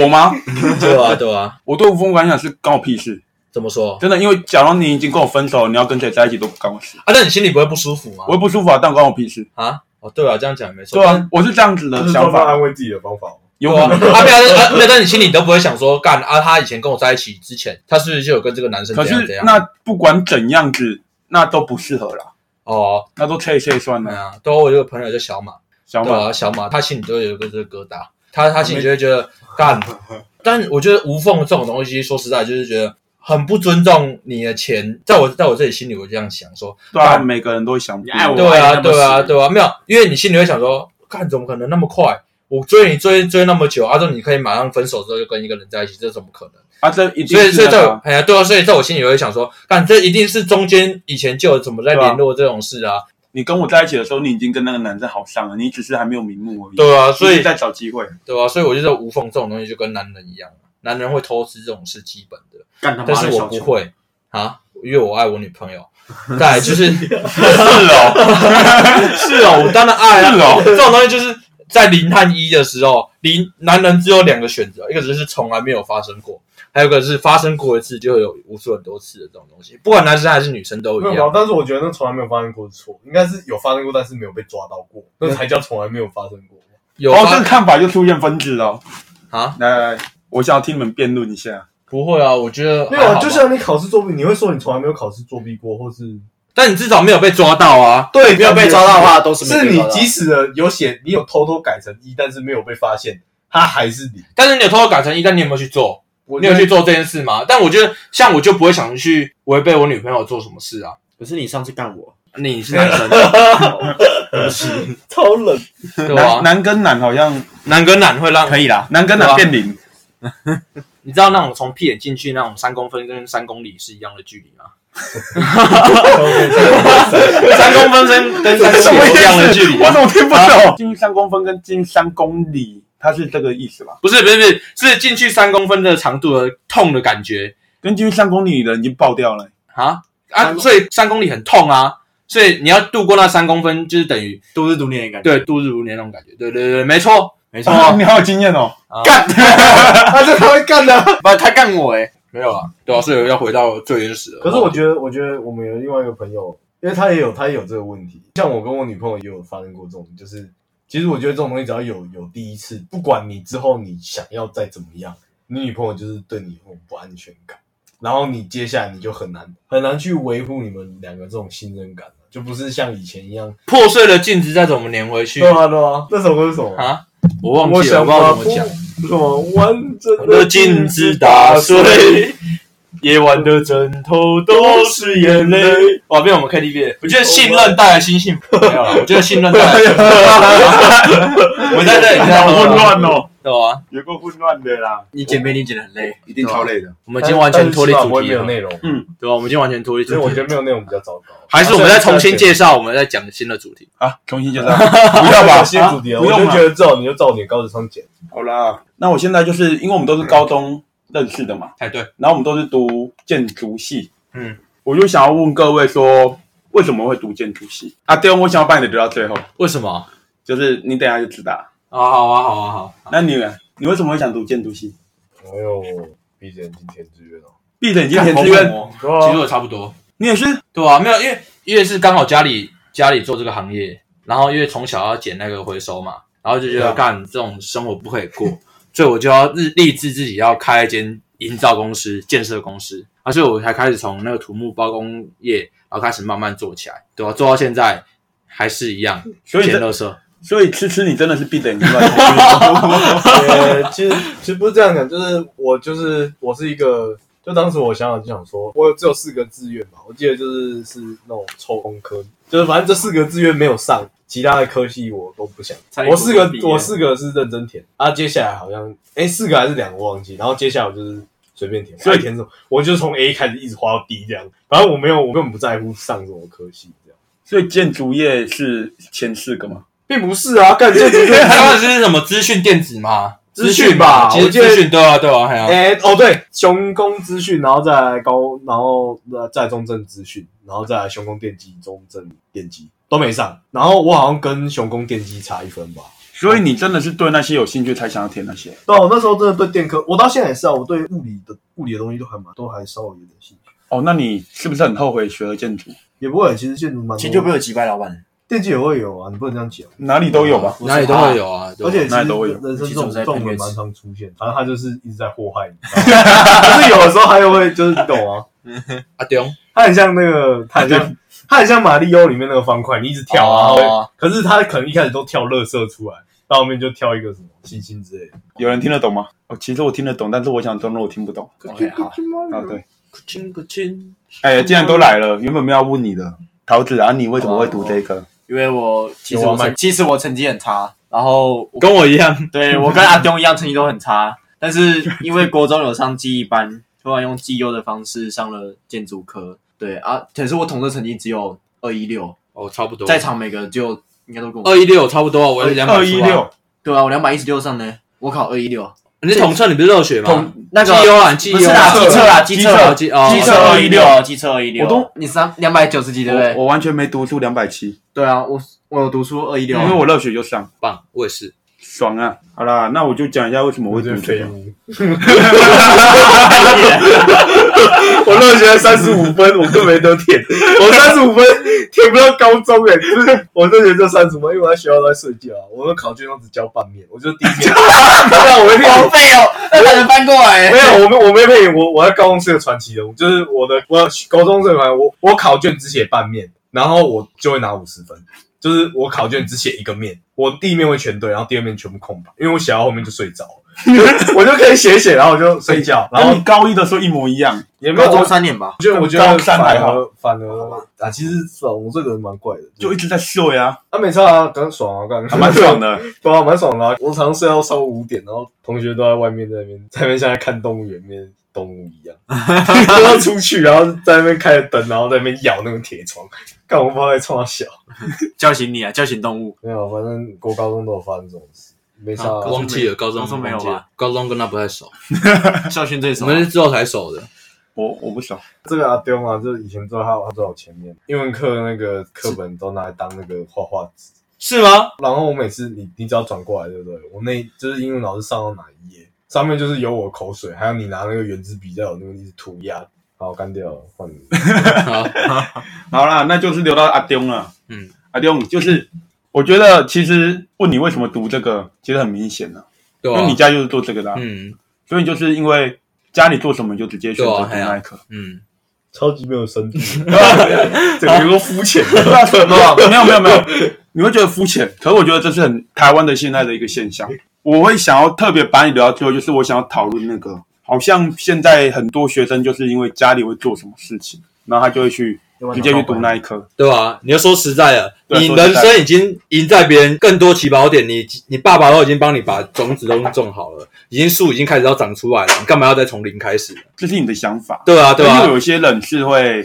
Speaker 2: 我吗？
Speaker 3: 对吧、对吧、啊
Speaker 2: 我对无风感想是关我屁事，
Speaker 3: 怎么说啊
Speaker 2: 真的，因为假如你已经跟我分手，你要跟谁在一起都不关我事，
Speaker 3: 啊？但你心里不会不舒服吗
Speaker 2: 我？也不舒服啊，但关我屁事。
Speaker 3: 啊，哦，对啊，这样讲也没错。
Speaker 2: 对啊，我是这样子
Speaker 6: 这
Speaker 2: 的
Speaker 6: 是
Speaker 2: 想
Speaker 6: 专门
Speaker 3: 啊
Speaker 2: 法
Speaker 6: 安，慰自己的方法吗。
Speaker 2: 有
Speaker 3: 对啊，
Speaker 2: 可
Speaker 3: 啊，
Speaker 2: 能。
Speaker 3: 没有，啊没有，但你心里都不会想说，干啊，他以前跟我在一起之前，他啊是不是就有跟这个男生
Speaker 2: 可
Speaker 3: 怎样
Speaker 2: 是
Speaker 3: 怎样？
Speaker 2: 那不管怎样子，那都不适合啦，
Speaker 3: 哦，
Speaker 2: 那都切一切算
Speaker 3: 对
Speaker 2: 了。
Speaker 3: 啊，对，我有个朋友叫小马，
Speaker 2: 小
Speaker 3: 对
Speaker 2: 马，
Speaker 3: 啊，小马他心里都有一个这个疙瘩，他他心里就会觉得干。 但我觉得无缝这种东西，说实在就是觉得很不尊重你的钱，在我在我这里心里我就这样想说，
Speaker 2: 对啊，每个人都会想不一
Speaker 4: 你爱
Speaker 2: 样。
Speaker 4: 我
Speaker 3: 对啊，
Speaker 4: 那么
Speaker 3: 对啊，
Speaker 4: 死
Speaker 3: 对啊，没有，因为你心里会想说，干怎么可能那么快？我追你追追那么久，阿、啊、忠你可以马上分手之后就跟一个人在一起，这怎么可能？
Speaker 2: 啊，这一定
Speaker 3: 所以，所
Speaker 2: 是
Speaker 3: 以在
Speaker 2: 的
Speaker 3: 我
Speaker 2: 啊。
Speaker 3: 哎呀，对啊，所以在我心里会想说，干这一定是中间以前就有怎么在联络这种事啊，
Speaker 2: 你跟我在一起的时候，你已经跟那个男生好上了，你只是还没有瞑目而已。
Speaker 3: 对啊，所
Speaker 2: 你
Speaker 3: 以
Speaker 2: 在找 机会。
Speaker 3: 对啊，所以我就说无缝这种东西就跟男人一样，男人会偷吃这种是基本的，
Speaker 4: 干他
Speaker 3: 但
Speaker 4: 妈
Speaker 3: 是
Speaker 4: 的
Speaker 3: 我
Speaker 4: 小
Speaker 3: 不
Speaker 4: 球！
Speaker 3: 会啊，因为我爱我女朋 友。再来就是，是哦，是哦，我当然爱、啊，
Speaker 2: 是 哦
Speaker 3: 这种东西就是在零和一的时候，零男人只有两个选择，一个就是从来没有发生过，还有一个是发生过一次就有无数很多次的这种东西，不管男生还是女生都
Speaker 6: 没
Speaker 3: 一
Speaker 6: 有吧
Speaker 3: 样。，
Speaker 6: 但是我觉得那从来没有发生过是错，应该是有发生过，但是没有被抓到过，那才叫从来没有发生过。
Speaker 3: 有啊
Speaker 2: 哦，这
Speaker 3: 发
Speaker 2: 个看法就出现分歧了。
Speaker 3: 啊？
Speaker 2: 来来来，我想要听你们辩论一下。
Speaker 3: 不会啊，我觉得
Speaker 6: 没有
Speaker 3: 还好
Speaker 6: 啊，
Speaker 3: 吧
Speaker 6: 就像你考试作弊，你会说你从来没有考试作弊过，或是
Speaker 3: 但你至少没有被抓到啊。
Speaker 6: 对
Speaker 4: 没有被抓到的话，都是
Speaker 6: 是
Speaker 4: 没被
Speaker 6: 你
Speaker 4: 抓到
Speaker 6: 即使的有写，你有偷偷改成一，但是没有被发现，他还是你。
Speaker 3: 但是你有偷偷改成一，但你有没有去做？
Speaker 6: 我
Speaker 3: 你有去做这件事吗？但我觉得，像我就不会想去违背我女朋友做什么事啊。
Speaker 4: 可是你上次干我，
Speaker 3: 你是男生，
Speaker 6: 超冷，
Speaker 3: 对啊吧、
Speaker 2: 男男跟男好像
Speaker 3: 男跟男会让
Speaker 2: 可以啦，男跟
Speaker 3: 对
Speaker 2: 男
Speaker 3: 啊
Speaker 2: 变零。
Speaker 3: 你知道那种从屁眼进去那种三公分跟三公里是一样的距 离吗？三公分跟跟三公里是一样的距离啊
Speaker 2: 我
Speaker 3: 吗？
Speaker 2: 怎么啊听不懂？进三公分跟进三公里，它是这个意思吧？
Speaker 3: 不是不是不是，是进去三公分的长度的痛的感觉
Speaker 2: 跟进三公里的人已经爆掉了、
Speaker 3: 啊
Speaker 4: 三
Speaker 3: 啊！
Speaker 4: 公
Speaker 3: 所以三公里很痛啊，所以你要度过那三公分，就是等于
Speaker 4: 都是独年的感觉，
Speaker 3: 对度日如年那种感觉。对对对，没错。
Speaker 4: 没错。
Speaker 2: 哦，你好有经验哦！
Speaker 3: 啊
Speaker 4: 干，
Speaker 6: 他是他会干的。
Speaker 4: 不，他干我哎，
Speaker 3: 没有啊，对啊，所以要回到最原始的话。
Speaker 6: 可是我觉得，我觉得我们有另外一个朋友，因为他也有他也有这个问题。像我跟我女朋友也有发生过这种，就是其实我觉得这种东西只要有有第一次，不管你之后你想要再怎么样，你女朋友就是对你有不安全感，然后你接下来你就很难很难去维护你们两个这种信任感了，就不是像以前一 样。
Speaker 3: 破碎的镜子再怎么粘回去
Speaker 6: 对啊对啊，那首歌是什么？
Speaker 3: 啊？我忘
Speaker 6: 我
Speaker 3: 记了，
Speaker 6: 想
Speaker 3: 我不知
Speaker 6: 把
Speaker 3: 道怎
Speaker 6: 不
Speaker 3: 么讲。
Speaker 6: 什么完整
Speaker 3: 我
Speaker 6: 的
Speaker 3: 的镜子打 碎，夜晚的枕头都是眼泪。哇，变我们 KTV 了。我觉得信任带来新幸 福。没有了，我觉得信任带来新幸福。我在这里在
Speaker 2: 好
Speaker 3: 喝
Speaker 2: 混，乱哦，
Speaker 3: 对啊吧？
Speaker 2: 有够混乱的啦！
Speaker 4: 你剪片你剪的很累，
Speaker 7: 一定超累的。
Speaker 3: 我们已经完全脱离主
Speaker 6: 但是不会
Speaker 3: 题
Speaker 6: 没有
Speaker 3: 了，
Speaker 6: 内容，
Speaker 3: 对啊吧？我们已经完全脱离
Speaker 6: 所以
Speaker 3: 主
Speaker 6: 我
Speaker 3: 题
Speaker 6: 觉
Speaker 3: 了
Speaker 6: 得。没有内容比较糟糕。
Speaker 3: 还是我们再重新介绍，我们再讲新的主题。
Speaker 2: 啊，重新介绍，
Speaker 6: 不
Speaker 2: 不要吧？
Speaker 6: 新主题了，
Speaker 2: 啊
Speaker 6: 我
Speaker 2: 不
Speaker 6: 就
Speaker 2: 用嘛。
Speaker 6: 觉得这种你就照你的高智商剪。
Speaker 2: 好啦，那我现在就是因为我们都是高中认识的嘛，
Speaker 3: 哎，对，
Speaker 2: 然后我们都是读建筑系，
Speaker 3: 嗯，
Speaker 2: 我就想要问各位说，为什么会读建筑系啊？对，我想要把你的留到最后，
Speaker 3: 为什么？
Speaker 2: 就是你等一下就知道。
Speaker 3: 啊，好啊，好啊，好。
Speaker 2: 那你呢？你为什么会想读建筑系？
Speaker 6: 哎呦，闭着眼睛填志愿哦。
Speaker 2: 闭着眼睛填志愿，
Speaker 3: 其实我差不多。
Speaker 2: 你也是
Speaker 3: 对啊，没有，因为因为是刚好家里家里做这个行业，然后因为从小要捡那个回收嘛，然后就觉
Speaker 2: 对
Speaker 3: 得
Speaker 2: 啊
Speaker 3: 干这种生活不可以过，所以我就要日立志自己要开一间营造公司、建设公司，啊，所以我才开始从那个土木包工业，然后开始慢慢做起来，对啊？做到现在还是一样
Speaker 2: 所以
Speaker 3: 捡
Speaker 2: 这
Speaker 3: 垃圾，
Speaker 2: 所以吃吃你真的是必等于 乱。
Speaker 6: 呃，其实其实不是这样讲，就是我就是我是一个，就当时我想想就想说，我有只有四个志愿嘛，我记得就是是那种抽工科，就是反正这四个志愿没有上，其他的科系我都不想。
Speaker 4: 差一
Speaker 6: 我四个
Speaker 4: 毕业
Speaker 6: 我四个是认真填，啊，接下来好像哎四个还是两个我忘记，然后接下来我就是。随便填，
Speaker 2: 所
Speaker 6: 所
Speaker 2: 以
Speaker 6: 以填什么，我就从 A 开始一直滑到 D 这样。反正我没有，我根本不在乎上什么科系这样，
Speaker 2: 所以建筑业是前四个嘛？
Speaker 6: 并不是啊，干这个 就是
Speaker 3: 台湾是什么资讯电子嘛？
Speaker 6: 资
Speaker 3: 讯
Speaker 6: 讯吧
Speaker 3: 其实
Speaker 6: 我记得
Speaker 3: 资讯对啊对啊，还有
Speaker 6: 哎、哦对，雄工资讯，然后再来高，然后呃再来中正资讯，然后再来雄工电机、中正电机都没上，然后我好像跟雄工电机差一分吧。
Speaker 2: 所以你真的是对那些有兴趣才想要填那些。
Speaker 6: 对、啊，我那时候真的对电科，我到现在也是啊，我对物理的物理的东西都还蛮，都还稍微有点兴趣，
Speaker 2: 哦，那你是不是很后悔学了建筑？
Speaker 6: 也不会，其实建筑蛮多，
Speaker 4: 其实就被我击败老板，
Speaker 6: 电机也会有啊，你不能这样讲。
Speaker 2: 哪里都有吧？
Speaker 3: 哪里都会有啊，对吧
Speaker 6: 而且其实
Speaker 2: 那都会有
Speaker 6: 人生这种这种人蛮常出现，反正他就是一直在祸 害你，可是有的时候他又会就是你懂啊，
Speaker 3: 阿丢
Speaker 6: 它很像那个，它很像，它很像马里奥里面那个方块，你一直跳啊，
Speaker 3: 哦
Speaker 6: 会可是它可能一开始都跳乐色出来，到后面就跳一个什么星星之类的。
Speaker 2: 有人听得懂吗？哦，其实我听得懂，但是我想装作我听不懂。
Speaker 3: ，OK 好，
Speaker 2: 啊，对，哎、既然都来了，原本没有要问你的，桃子啊，你为什么会读这个？
Speaker 4: 因为我其实
Speaker 6: 有啊
Speaker 4: 我成
Speaker 6: 麦
Speaker 4: 其实我成绩很差，然后我
Speaker 3: 跟我一样，
Speaker 4: 对我跟阿东一样成绩都很差，但是因为国中有上记忆班，突然用绩优的方式上了建筑科，对啊，可是我统测成绩只有二一六，
Speaker 3: 哦差不多，
Speaker 4: 在场每个就应该都跟我
Speaker 3: 二一六差不多，我是两百
Speaker 2: 二一，六，
Speaker 4: 对啊，我两百一十六上呢，我考二一六，
Speaker 3: 你是统测你不是热血吗？
Speaker 4: 统那个
Speaker 3: 绩优啊，绩优
Speaker 4: 不是啦，机测啦，机
Speaker 2: 机
Speaker 4: 测
Speaker 2: 测
Speaker 3: 哦机哦
Speaker 2: 机
Speaker 4: 机测
Speaker 2: 测
Speaker 4: 二一六，
Speaker 2: 216
Speaker 4: 机测二一六，
Speaker 2: 我都
Speaker 4: 你三两百九十几对不对
Speaker 2: 我？我完全没读出两百七，
Speaker 4: 对啊，我我有读书二一
Speaker 2: 因
Speaker 4: 六，啊
Speaker 2: 为我热血就上，
Speaker 3: 棒，我也是，
Speaker 2: 爽啊！好啦，那我就讲一下为什么我会读这个。
Speaker 6: 物，
Speaker 2: 我热血三十五分，我更没得填。
Speaker 6: 我三十五分填不到高中哎、就是我这学就三十五分，因为我在学校都在睡觉啊，我的考卷都只交半面，我就第一 天，对啊，我那 天
Speaker 4: 好废哦， 那才能翻过来 欸
Speaker 6: 没有，我没我没配你，我我在高中是个传奇人物，就是我的我高中是个传奇我我考卷只写半面，然后我就会拿五十分，就是我考卷只写一个面，我第一面会全对，然后第二面全部空白，因为我写到后面就睡着了， 就是我就可以写一写，然后我就睡觉，然
Speaker 2: 跟
Speaker 6: 后
Speaker 2: 你高一的时候一模一
Speaker 3: 嗯
Speaker 2: 样，
Speaker 6: 也没有
Speaker 4: 高中
Speaker 6: 我。
Speaker 4: 三年吧，
Speaker 6: 我觉得我觉
Speaker 2: 高
Speaker 6: 得
Speaker 2: 三还
Speaker 6: 反
Speaker 2: 好
Speaker 6: 而反而啊，其实爽，我这个人蛮怪的，
Speaker 2: 就
Speaker 6: 就
Speaker 2: 一直在秀呀、
Speaker 6: 啊没差啊，刚爽啊，刚
Speaker 3: 嗯
Speaker 2: 还 蛮爽，的。
Speaker 6: 对啊，蛮爽的啊。我常常睡到上午五点，然后同学都在外面在那边在 那边像在看动物园里面动物一样， 都要出去，然后在那边开着灯，然后在那边咬那种铁窗，干我不知道在冲他小。
Speaker 4: 叫醒你啊，叫醒动物，
Speaker 6: 没有，反正国高中都有发生这种事，没啥、
Speaker 4: 啊高中
Speaker 3: 忘记了高中
Speaker 4: 高中没有吧
Speaker 3: 忘记了高中跟他不太熟，
Speaker 4: 校训最
Speaker 3: 我
Speaker 4: 熟啊，
Speaker 3: 们是之后才熟的，
Speaker 2: 我我不爽，
Speaker 6: 这个阿丢啊，就是以前坐在他他坐我前面，英文课那个课本都拿来当那个画画纸，
Speaker 3: 是吗？
Speaker 6: 然后我每次你你只要转过来，对不对？我那就是英文老师上到哪一页，上面就是有我口水，还有你拿那个圆珠笔在我那边一直涂鸦。好，干掉了，换你。
Speaker 3: 好，
Speaker 2: 好啦，那就是留到阿丢了。
Speaker 3: 嗯，
Speaker 2: 阿丢就是，我觉得其实问你为什么读这个，其实很明显了、
Speaker 3: 对
Speaker 2: 因为
Speaker 3: 啊
Speaker 2: 你，家就是做这个的啊、
Speaker 3: 嗯
Speaker 2: 所以就是因为家里做什么，你就直接选
Speaker 3: 啊
Speaker 2: 择读那一科。
Speaker 3: 嗯，
Speaker 6: 超级没有 深度， 整个都肤浅。
Speaker 2: 什么？ 没有没有没 有，你会觉得肤浅，可是我觉得这是很台湾的现在的一个现象。我会想要特别把你聊到最后，就是我想要讨论那个，好像现在很多学生就是因为家里会做什么事情，然后他就会去直接去读那一科。
Speaker 3: 对吧？你要说实在的，
Speaker 2: 对
Speaker 4: 啊
Speaker 3: 你
Speaker 2: 说实在
Speaker 3: 人生已经赢在别人更多起跑点，你你爸爸都已经帮你把种子都种好了，已经树已经开始要长出来了，你干嘛要再从零开始？
Speaker 2: 这是你的想法，
Speaker 3: 对啊，对
Speaker 2: 因为
Speaker 3: 啊，
Speaker 2: 有些人是会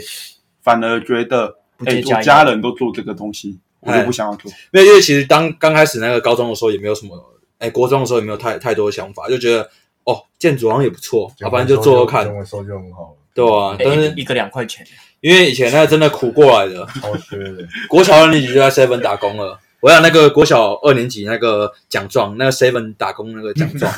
Speaker 2: 反而觉得，哎、
Speaker 4: 接
Speaker 2: 我
Speaker 4: 加
Speaker 2: 家
Speaker 4: 油
Speaker 2: 人都做这个东西，我就不想要做。
Speaker 3: 因为因为其实当刚开始那个高中的时候也没有什么，哎，国中的时候也没有太太多的想法，就觉得哦，建筑好像也不错，啊要不然就做做看，
Speaker 6: 我收就很好了，
Speaker 3: 对啊。但是
Speaker 4: 哎一个两块钱，
Speaker 3: 因为以前那个真的苦过来的，
Speaker 6: 超缺 的。
Speaker 3: 国小二年级就在 seven 打工了。我想那个国小二年级那个奖状，那个 seven 打工那个奖 状，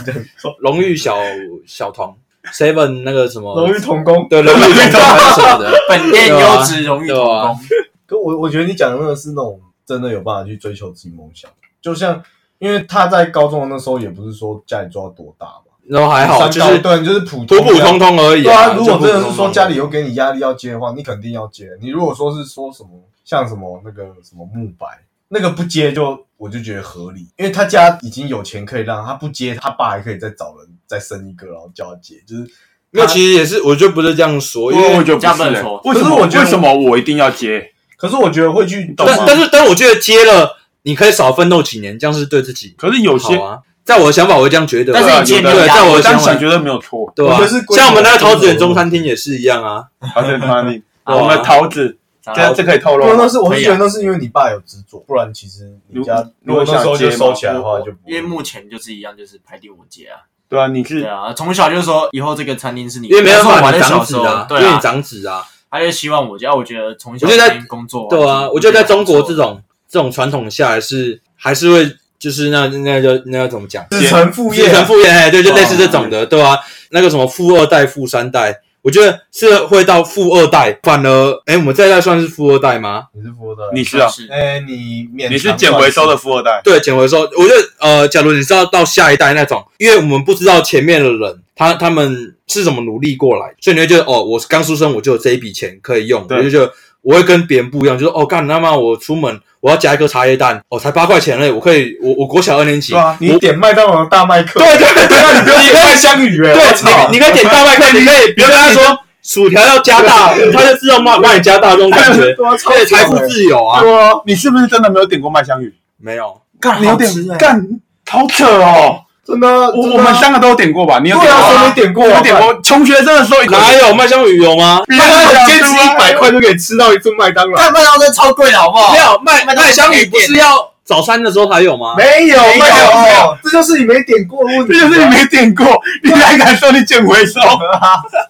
Speaker 3: 荣誉小小童 seven 那个什么
Speaker 6: 荣誉童工，
Speaker 3: 对荣誉奖状什么的，
Speaker 4: 本店优质荣誉童
Speaker 3: 对啊
Speaker 4: 工，
Speaker 6: 可我我觉得你讲的那个是那种真的有办法去追求自己梦想，就像因为他在高中的那时候也不是说家里做到多大嘛，
Speaker 3: 然后还好
Speaker 6: 三
Speaker 3: 就
Speaker 6: 高
Speaker 3: 是
Speaker 6: 对，你就是普
Speaker 3: 普普通
Speaker 6: 通
Speaker 3: 通而已、
Speaker 6: 这样。对啊，如
Speaker 3: 就
Speaker 6: 果
Speaker 3: 普普
Speaker 6: 真
Speaker 3: 通
Speaker 6: 的
Speaker 3: 通
Speaker 6: 是说家里有给你压力要接的话，你肯定要接。你如果说是说什么像什么那个什么木白，那个不接就我就觉得合理，因为他家已经有钱可以让他不接，他爸还可以再找人再生一个，然后叫他接，就是
Speaker 3: 那其实也是，我就不是这样说，因为
Speaker 2: 我觉得不
Speaker 4: 加
Speaker 2: 是、
Speaker 4: 分
Speaker 2: 欸
Speaker 4: 错，
Speaker 2: 为什么？
Speaker 6: 可是我觉得
Speaker 2: 为什么我一定要接？
Speaker 6: 可是我觉得会去
Speaker 2: 懂吗
Speaker 3: 但但是但我觉得接了，你可以少奋斗几年，这样是对自己
Speaker 2: 可是有些，
Speaker 3: 好啊。在我的想法，我会这样觉得啊。
Speaker 4: 但是你接
Speaker 3: 对，
Speaker 4: 没有压力
Speaker 3: 在我
Speaker 2: 我
Speaker 3: 的
Speaker 2: 当
Speaker 3: 想
Speaker 2: 时
Speaker 3: 法，
Speaker 2: 觉得没有错，
Speaker 3: 对吧、啊
Speaker 6: 我觉得是
Speaker 3: 像我们那个桃子园中餐厅也是一样啊。
Speaker 2: 还是 money。
Speaker 4: 啊
Speaker 2: 我们桃子，
Speaker 4: 长
Speaker 2: 啊这
Speaker 4: 大
Speaker 2: 这可以透露
Speaker 6: 不过那
Speaker 2: 吗？
Speaker 6: 是啊我是
Speaker 4: 可以啊
Speaker 6: 觉得那是因为你爸有执着，不然其实你家
Speaker 2: 如果
Speaker 6: 如果那时候就收起来的话
Speaker 4: 我
Speaker 6: 就不
Speaker 4: 因
Speaker 6: 会
Speaker 4: 为目前就是一样，就是排第五节啊。
Speaker 2: 对啊，你是
Speaker 4: 对啊，从小就说以后这个餐厅是你，
Speaker 3: 因为没办
Speaker 4: 但是
Speaker 3: 法，
Speaker 4: 我
Speaker 3: 你
Speaker 4: 在
Speaker 3: 长
Speaker 4: 小
Speaker 3: 子
Speaker 4: 时候，
Speaker 3: 啊，因
Speaker 4: 对
Speaker 3: 为你
Speaker 4: 啊，
Speaker 3: 长子啊，
Speaker 4: 他就希望我家，我觉得从小
Speaker 3: 我觉得在
Speaker 4: 先工作完，
Speaker 3: 对啊。我觉得在中国这种这种传统下，还是还是会就是那那叫那要怎么讲？
Speaker 6: 子承父业
Speaker 3: 继承
Speaker 6: 啊，
Speaker 3: 父业，哎对，就
Speaker 4: 哦
Speaker 3: 类似这种的，对吧、啊那个什么富二代、富三代，我觉得是会到富二代，反而哎，我们这一代算是富二代吗？
Speaker 6: 你是富二代，
Speaker 2: 你是
Speaker 4: 是啊
Speaker 2: 啊，
Speaker 4: 是
Speaker 6: 哎你勉
Speaker 2: 你是
Speaker 6: 强
Speaker 2: 捡
Speaker 6: 算
Speaker 2: 回收的富二代，
Speaker 3: 对，捡回收，我觉得呃，假如你知道到下一代那种，因为我们不知道前面的人他他们是怎么努力过来，所以你会觉得哦，我刚出生我就有这一笔钱可以用，
Speaker 2: 对
Speaker 3: 我就觉得我会跟别人不一样，就是哦，干你他妈我出门我要加一颗茶叶蛋，哦，才八块钱嘞，我可以，我我国小二年级，
Speaker 6: 对啊，你点麦当劳大麦克，
Speaker 2: 啊
Speaker 3: 对对对，
Speaker 6: 那你不要点麦香鱼哎，我操
Speaker 3: 对，你你啊可以点大麦克，你可以，比如跟他说薯条要加 大，他就自动帮帮你加大这种感觉，
Speaker 6: 对啊，超
Speaker 3: 对，财
Speaker 6: 屌
Speaker 3: 富
Speaker 6: 的
Speaker 3: 自由啊，
Speaker 2: 对啊，你是不是真的没有点过麦香鱼？
Speaker 3: 没有，
Speaker 4: 干
Speaker 2: 你有
Speaker 4: 好
Speaker 2: 点
Speaker 4: 吃哎，
Speaker 2: 干，好扯哦！
Speaker 6: 真的
Speaker 2: 我
Speaker 6: 啊，欸真的啊
Speaker 2: 我们三个都有点过吧？你有
Speaker 6: 对
Speaker 2: 点
Speaker 6: 啊，
Speaker 2: 过
Speaker 6: 谁
Speaker 2: 吗？
Speaker 6: 没点过？
Speaker 2: 有点过，穷学生的时候
Speaker 3: 哪有麦香鱼有吗？
Speaker 6: 麦当劳坚持一百块就可以吃到一份麦 当劳，
Speaker 4: 干麦当劳真的超贵的好不好
Speaker 3: 没？有麦
Speaker 4: 麦当劳
Speaker 3: 麦香鱼不是要早餐的时候才有吗？
Speaker 6: 没有
Speaker 2: 没有没有，
Speaker 6: 这就是你没点过的问题，啊
Speaker 2: 这就是你没点过，你还敢说你捡回收？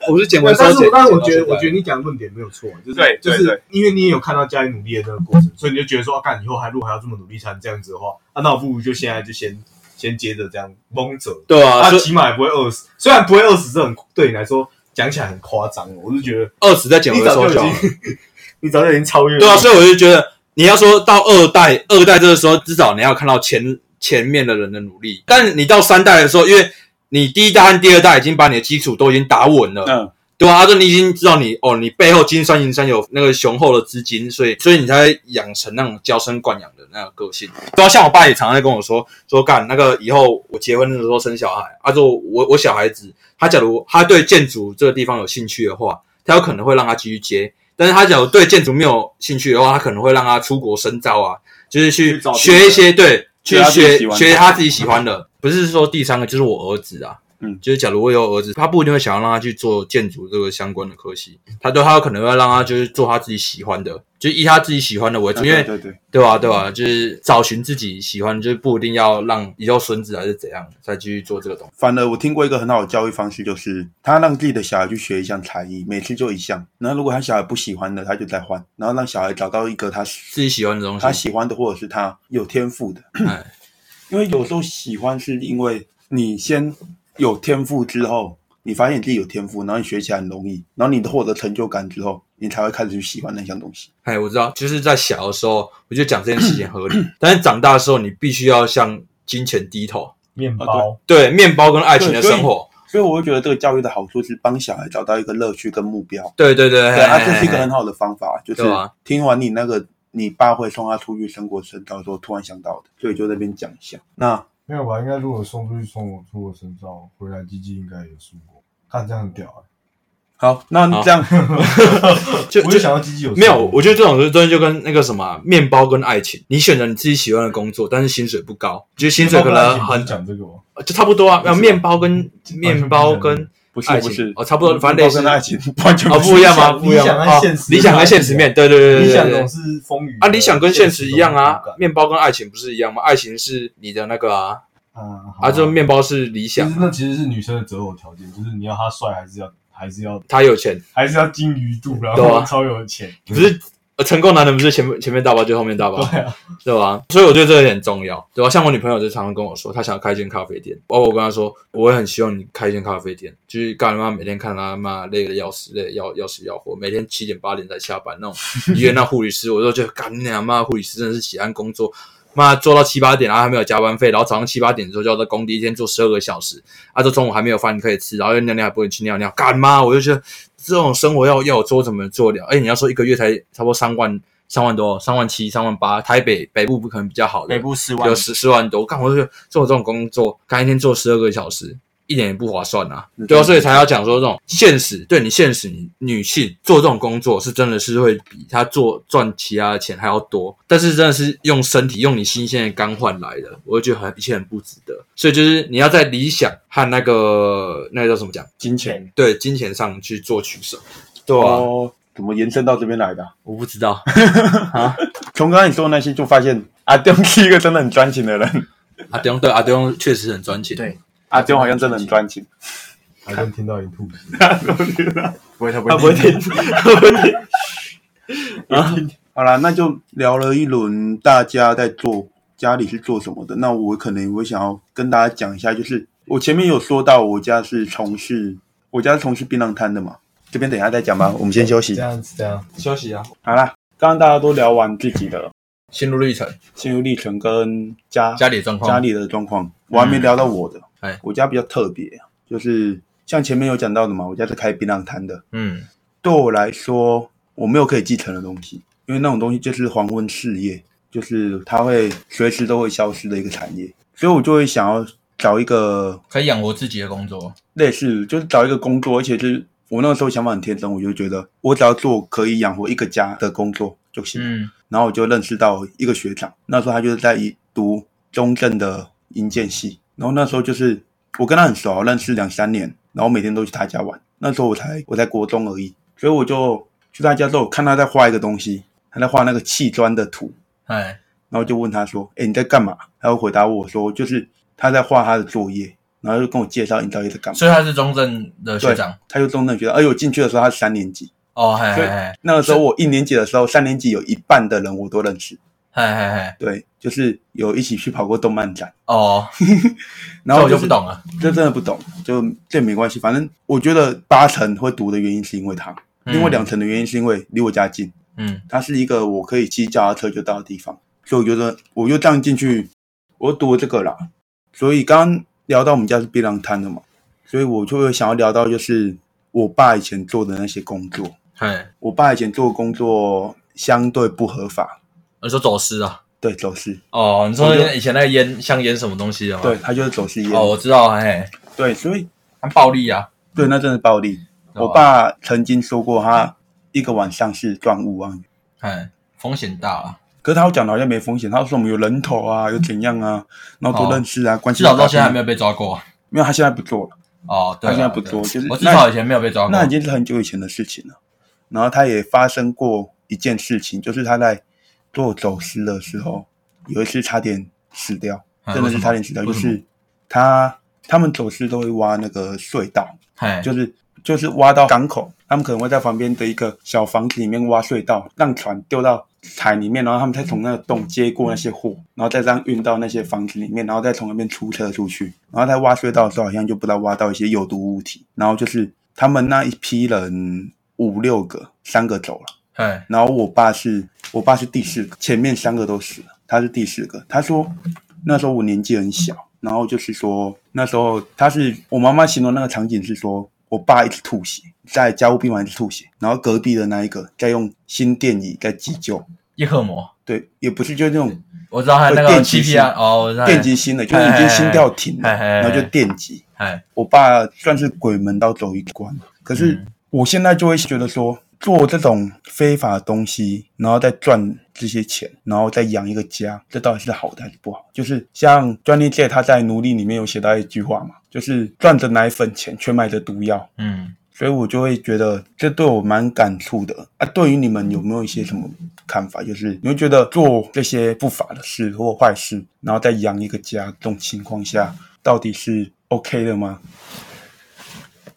Speaker 3: 我是捡回
Speaker 6: 对，
Speaker 3: 收
Speaker 6: 但是
Speaker 3: 捡
Speaker 6: 我，但是我
Speaker 3: 捡
Speaker 6: 觉得，
Speaker 3: 回收
Speaker 6: 我觉得你讲的论点没有错，就是
Speaker 2: 对
Speaker 6: 就
Speaker 2: 对
Speaker 6: 是
Speaker 2: 对
Speaker 6: 因为你也有看到家里努力的那个过程，所以你就觉得说，啊，干以后还如果还要这么努力才能这样子的话，啊，那我不如就现在就先先接着这样蒙着，
Speaker 3: 对啊，
Speaker 6: 啊，
Speaker 3: 就
Speaker 6: 起码也不会饿死。虽然不会饿死，这很对你来说讲起来很夸张哦，我是觉得
Speaker 3: 二十再捡回
Speaker 6: 你早
Speaker 3: 收
Speaker 6: 就已
Speaker 3: 就好了，
Speaker 6: 经， 你早就已经超越了，
Speaker 3: 对啊，所以我就觉得你要说到二代，二代这个时候至少你要看到前前面的人的努力，但你到三代的时候，因为你第一代和第二代已经把你的基础都已经打稳了，
Speaker 2: 嗯，
Speaker 3: 对啊，就你已经知道你哦，你背后金山银山有那个雄厚的资金，所以所以你才会养成那种娇生惯养的那个个性。对啊，像我爸也常常在跟我说说，干那个以后我结婚的时候生小孩，啊，就我我小孩子，他假如他对建筑这个地方有兴趣的话，他有可能会让他继续接；但是他假如对建筑没有兴趣的话，他可能会让他出国深造啊，就是去
Speaker 2: 去找别
Speaker 3: 学一些对，去
Speaker 2: 学他自己喜
Speaker 3: 学
Speaker 2: 欢的嗯
Speaker 3: 学他自己喜欢的。不是说第三个，就是我儿子啊，就是假如我有儿子，他不一定会想要让他去做建筑这个相关的科系，他对他有可能会让他就是做他自己喜欢的，就是以他自己喜欢的为主，因为
Speaker 2: 对对，
Speaker 3: 对吧、对吧、啊就是找寻自己喜欢，就是不一定要让以后孙子还是怎样再继续做这个东西。
Speaker 2: 反而我听过一个很好的教育方式，就是他让自己的小孩去学一项才艺，每次就一项。然后如果他小孩不喜欢的，他就再换，然后让小孩找到一个他
Speaker 3: 自己喜欢的东
Speaker 2: 他
Speaker 3: 西，
Speaker 2: 喜欢的，或者是他有天赋的
Speaker 3: 哎。
Speaker 2: 因为有时候喜欢是因为你先有天赋之后，你发现你自己有天赋，然后你学起来很容易，然后你获得成就感之后，你才会开始去喜欢那项东西。
Speaker 3: 哎，我知道，就是在小的时候，我就讲这件事情合理， 但是长大的时候，你必须要向金钱低头，
Speaker 6: 面包
Speaker 3: 对面包跟爱情的生活，
Speaker 2: 所以我会觉得这个教育的好处是帮小孩找到一个乐趣跟目标。
Speaker 3: 对对对，
Speaker 2: 对
Speaker 3: 对
Speaker 2: 啊，这是一个很好的方法，就是
Speaker 3: 对啊
Speaker 2: 听完你那个你爸会送他出去生活深造的时候，突然想到的，所以就在那边讲一下。那
Speaker 6: 没有吧？应该如果送出去送我出我身上，回来鸡鸡应该也输过，看这样很屌啊
Speaker 2: 好，那
Speaker 3: 好
Speaker 2: 这样
Speaker 3: 就
Speaker 6: 我
Speaker 3: 就
Speaker 6: 就想要鸡鸡有
Speaker 3: 没有，我觉得这种东西就跟那个什么啊面包跟爱情，你选择你自己喜欢的工作，但是薪水不高，就是薪水可能很
Speaker 6: 讲这个吗？
Speaker 3: 就差不多啊。没有面包跟
Speaker 6: 完全
Speaker 3: 面
Speaker 6: 不一
Speaker 3: 包
Speaker 6: 样
Speaker 3: 跟
Speaker 2: 不是
Speaker 3: 爱
Speaker 2: 不
Speaker 3: 情
Speaker 2: 是，
Speaker 3: 哦，差不多，反正类似
Speaker 2: 跟爱情完全
Speaker 3: 哦
Speaker 2: 不
Speaker 3: 不一样吗？
Speaker 6: 理想
Speaker 3: 不一样
Speaker 6: 理想和
Speaker 3: 哦
Speaker 6: 现实
Speaker 3: 理想和现实面对对对
Speaker 6: 理
Speaker 3: 对
Speaker 6: 想
Speaker 3: 对
Speaker 6: 总
Speaker 3: 对。
Speaker 6: 是风雨
Speaker 3: 啊，理想跟现实一样啊
Speaker 6: 总是骨，感
Speaker 3: 面包跟爱情不是一样吗？爱情是你的那个啊，
Speaker 6: 啊
Speaker 3: 啊，就面包是理
Speaker 6: 其
Speaker 3: 想
Speaker 6: 实，那其实是女生的择偶条件，就是你要他帅，还是要还是要
Speaker 3: 他有钱，
Speaker 6: 还是要金鱼肚，然
Speaker 3: 对啊
Speaker 6: 后超有钱。
Speaker 3: 不是呃成功男人不是前面前面大包就是后面大包，
Speaker 6: 对啊，
Speaker 3: 对吧？所以我觉得这个很重要，对吧？像我女朋友就常常跟我说，她想要开一间咖啡店，包括我跟她说，我也很希望你开一间咖啡店，就是干他妈每天看她妈累的要死，累得要要死要活，每天七点八点才下班那 种医院那护理师，我都觉得干你娘妈护理师真的是喜欢工作。妈做到七八点，然后还没有加班费，然后早上七八点之后就要在工地一天做十二个小时，啊，这中午还没有饭可以吃，然后又尿尿还不能去尿尿，干妈，我就觉得这种生活要要我做怎么做了？哎，你要说一个月才差不多三万三万多、三万七、三万八，台北北部可能比较好的，
Speaker 4: 北部四万
Speaker 3: 有，十十万多，干我就觉得做这种工作，干一天做十二个小时，一点也不划算啊。对啊，所以才要讲说这种现实，对你现实，你女性做这种工作是真的是会比她做赚其他的钱还要多，但是真的是用身体用你新鲜的肝换来的，我就觉得很一切很不值得。所以就是你要在理想和那个那个叫什么讲，
Speaker 2: 金钱
Speaker 3: 对金钱上去做取舍，对啊，
Speaker 2: 哦，怎么延伸到这边来的啊？
Speaker 3: 我不知道，
Speaker 2: 从刚刚你说的那些，就发现阿丢是一个真的很专情的人。
Speaker 3: 阿丢对阿丢确实很专情，
Speaker 4: 对
Speaker 2: 阿丢好像真的很专情，
Speaker 6: 还能听到你吐血。
Speaker 4: 不会，他
Speaker 2: 他
Speaker 4: 不
Speaker 2: 不会
Speaker 4: 会
Speaker 2: 听，他不会听。啊， 好啦，那就聊了一轮，大家在做家里是做什么的。那我可能我想要跟大家讲一下，就是我前面有说到，我家是从事我家是从事槟榔摊的嘛，这边等一下再讲吧，我们先休息。
Speaker 6: 样嗯子，这样
Speaker 3: 休息啊，
Speaker 2: 好啦，刚刚大家都聊完自己的
Speaker 3: 心路历程，
Speaker 2: 心路历程跟家
Speaker 3: 家里的状况，
Speaker 2: 家里的状况，我还没聊到我的。
Speaker 3: 哎
Speaker 2: 我家比较特别，就是像前面有讲到的嘛，我家是开槟榔摊的。
Speaker 3: 嗯
Speaker 2: 对我来说，我没有可以继承的东西，因为那种东西就是黄昏事业，就是它会随时都会消失的一个产业，所以我就会想要找一个
Speaker 3: 可以养活自己的工作，
Speaker 2: 类似，就是找一个工作，而且是我那个时候想法很天真，我就觉得我只要做可以养活一个家的工作就行。
Speaker 3: 嗯。
Speaker 2: 然后我就认识到一个学长，那时候他就是在一读中正的营建系，然后那时候就是我跟他很熟，啊认识两三年，然后每天都去他家玩。那时候我才我才国中而已，所以我就去他家之后看他在画一个东西，他在画那个砌砖的图，
Speaker 3: 哎，
Speaker 2: 然后就问他说：“哎，你在干嘛？”他就回答我说：“就是他在画他的作业。”然后就跟我介绍你到底在干嘛。
Speaker 3: 所以他是中正的学长
Speaker 2: 他就中正学长，而且我进去的时候他是三年级，
Speaker 3: 哦，嘿
Speaker 2: 所
Speaker 3: 嘿
Speaker 2: 以
Speaker 3: 嘿
Speaker 2: 那个时候我一年级的时候，三年级有一半的人我都认识。
Speaker 3: 嘿嘿嘿，
Speaker 2: 对，就是有一起去跑过动漫展，
Speaker 3: 哦，
Speaker 2: 然
Speaker 3: 这
Speaker 2: 后
Speaker 3: 我就是不，懂了，
Speaker 2: 这真的不懂，就这没关系，反正我觉得八成会读的原因是因为他，
Speaker 3: 嗯
Speaker 2: 另外两成的原因是因为离我家近，
Speaker 3: 嗯
Speaker 2: 它是一个我可以骑脚踏车就到的地方，所以我觉得我就这样进去，我读了这个啦，所以刚刚聊到我们家是槟榔摊的嘛，所以我就会想要聊到就是我爸以前做的那些工作，
Speaker 3: 嗯嘿，
Speaker 2: 我爸以前做的工作相对不合法，
Speaker 3: 你说走私啊？
Speaker 2: 对，走私，
Speaker 3: 哦，你
Speaker 2: 我
Speaker 3: 说
Speaker 2: 就
Speaker 3: 以前那个烟香烟什么东西的吗？
Speaker 2: 对，，他就是走私烟，
Speaker 3: 哦，我知道，嘿，
Speaker 2: 对，所以。
Speaker 3: 很暴力啊，
Speaker 2: 对，那真的暴力。
Speaker 3: 对吧
Speaker 2: 我，爸曾经说过，他一个晚上是赚五万元。
Speaker 3: 哎，风险大啊，
Speaker 2: 可是他讲的好像没风险，他说我们有人头
Speaker 3: 嗯
Speaker 2: 啊，有怎样啊，然后多认识啊，关系
Speaker 3: 至少到现在还没
Speaker 2: 没有，
Speaker 3: 有被抓过啊。
Speaker 2: 没有，他现在不做了，
Speaker 3: 哦，对啊，
Speaker 2: 他现在不
Speaker 3: 对啊
Speaker 2: 做就是
Speaker 3: 我至少以前没有被抓过
Speaker 2: 那已，经是很久以前的事情了。然后他也发生过一件事情，就是他在做走私的时候，有一次差点死掉，
Speaker 3: 哎
Speaker 2: 真的是差点死掉，就，是他他们走私都会挖那个隧道，
Speaker 3: 哎，
Speaker 2: 就是就是挖到港口，他们可能会在旁边的一个小房子里面挖隧道，让船丢到海里面，然后他们再从那个洞接过那些货，然后再这样运到那些房子里面，然后再从那边出车出去，然后在挖隧道的时候，好像就不知道挖到一些有毒物体，然后就是他们那一批人五六个，三个走了。
Speaker 3: 哎，
Speaker 2: 然后我爸是，我爸是第四个，前面三个都死了，他是第四个。他说那时候我年纪很小，然后就是说那时候他是我妈妈形容那个场景是说，我爸一直吐血，在家务病房一直吐血，然后隔壁的那一个在用新电椅在急救，
Speaker 3: 叶克膜，
Speaker 2: 对，也不是就那种
Speaker 3: 我知道他那
Speaker 2: 会
Speaker 3: 个
Speaker 2: 电击
Speaker 3: G P 啊，哦，我知道，
Speaker 2: 电击心的，就是已经心跳停了，
Speaker 3: 嘿嘿嘿嘿
Speaker 2: 然后就电击。
Speaker 3: 哎，
Speaker 2: 我爸算是鬼门到走一关，可是
Speaker 3: 嗯
Speaker 2: 我现在就会觉得说，做这种非法的东西，然后再赚这些钱，然后再养一个家，这到底是好的还是不好？就是像 Johnny J 他在《奴隶》里面有写到一句话嘛，就是赚着奶粉钱，却卖着毒药。
Speaker 3: 嗯，
Speaker 2: 所以我就会觉得这对我蛮感触的啊。对于你们有没有一些什么看法？就是你会觉得做这些不法的事或坏事，然后再养一个家，这种情况下到底是 OK 的吗？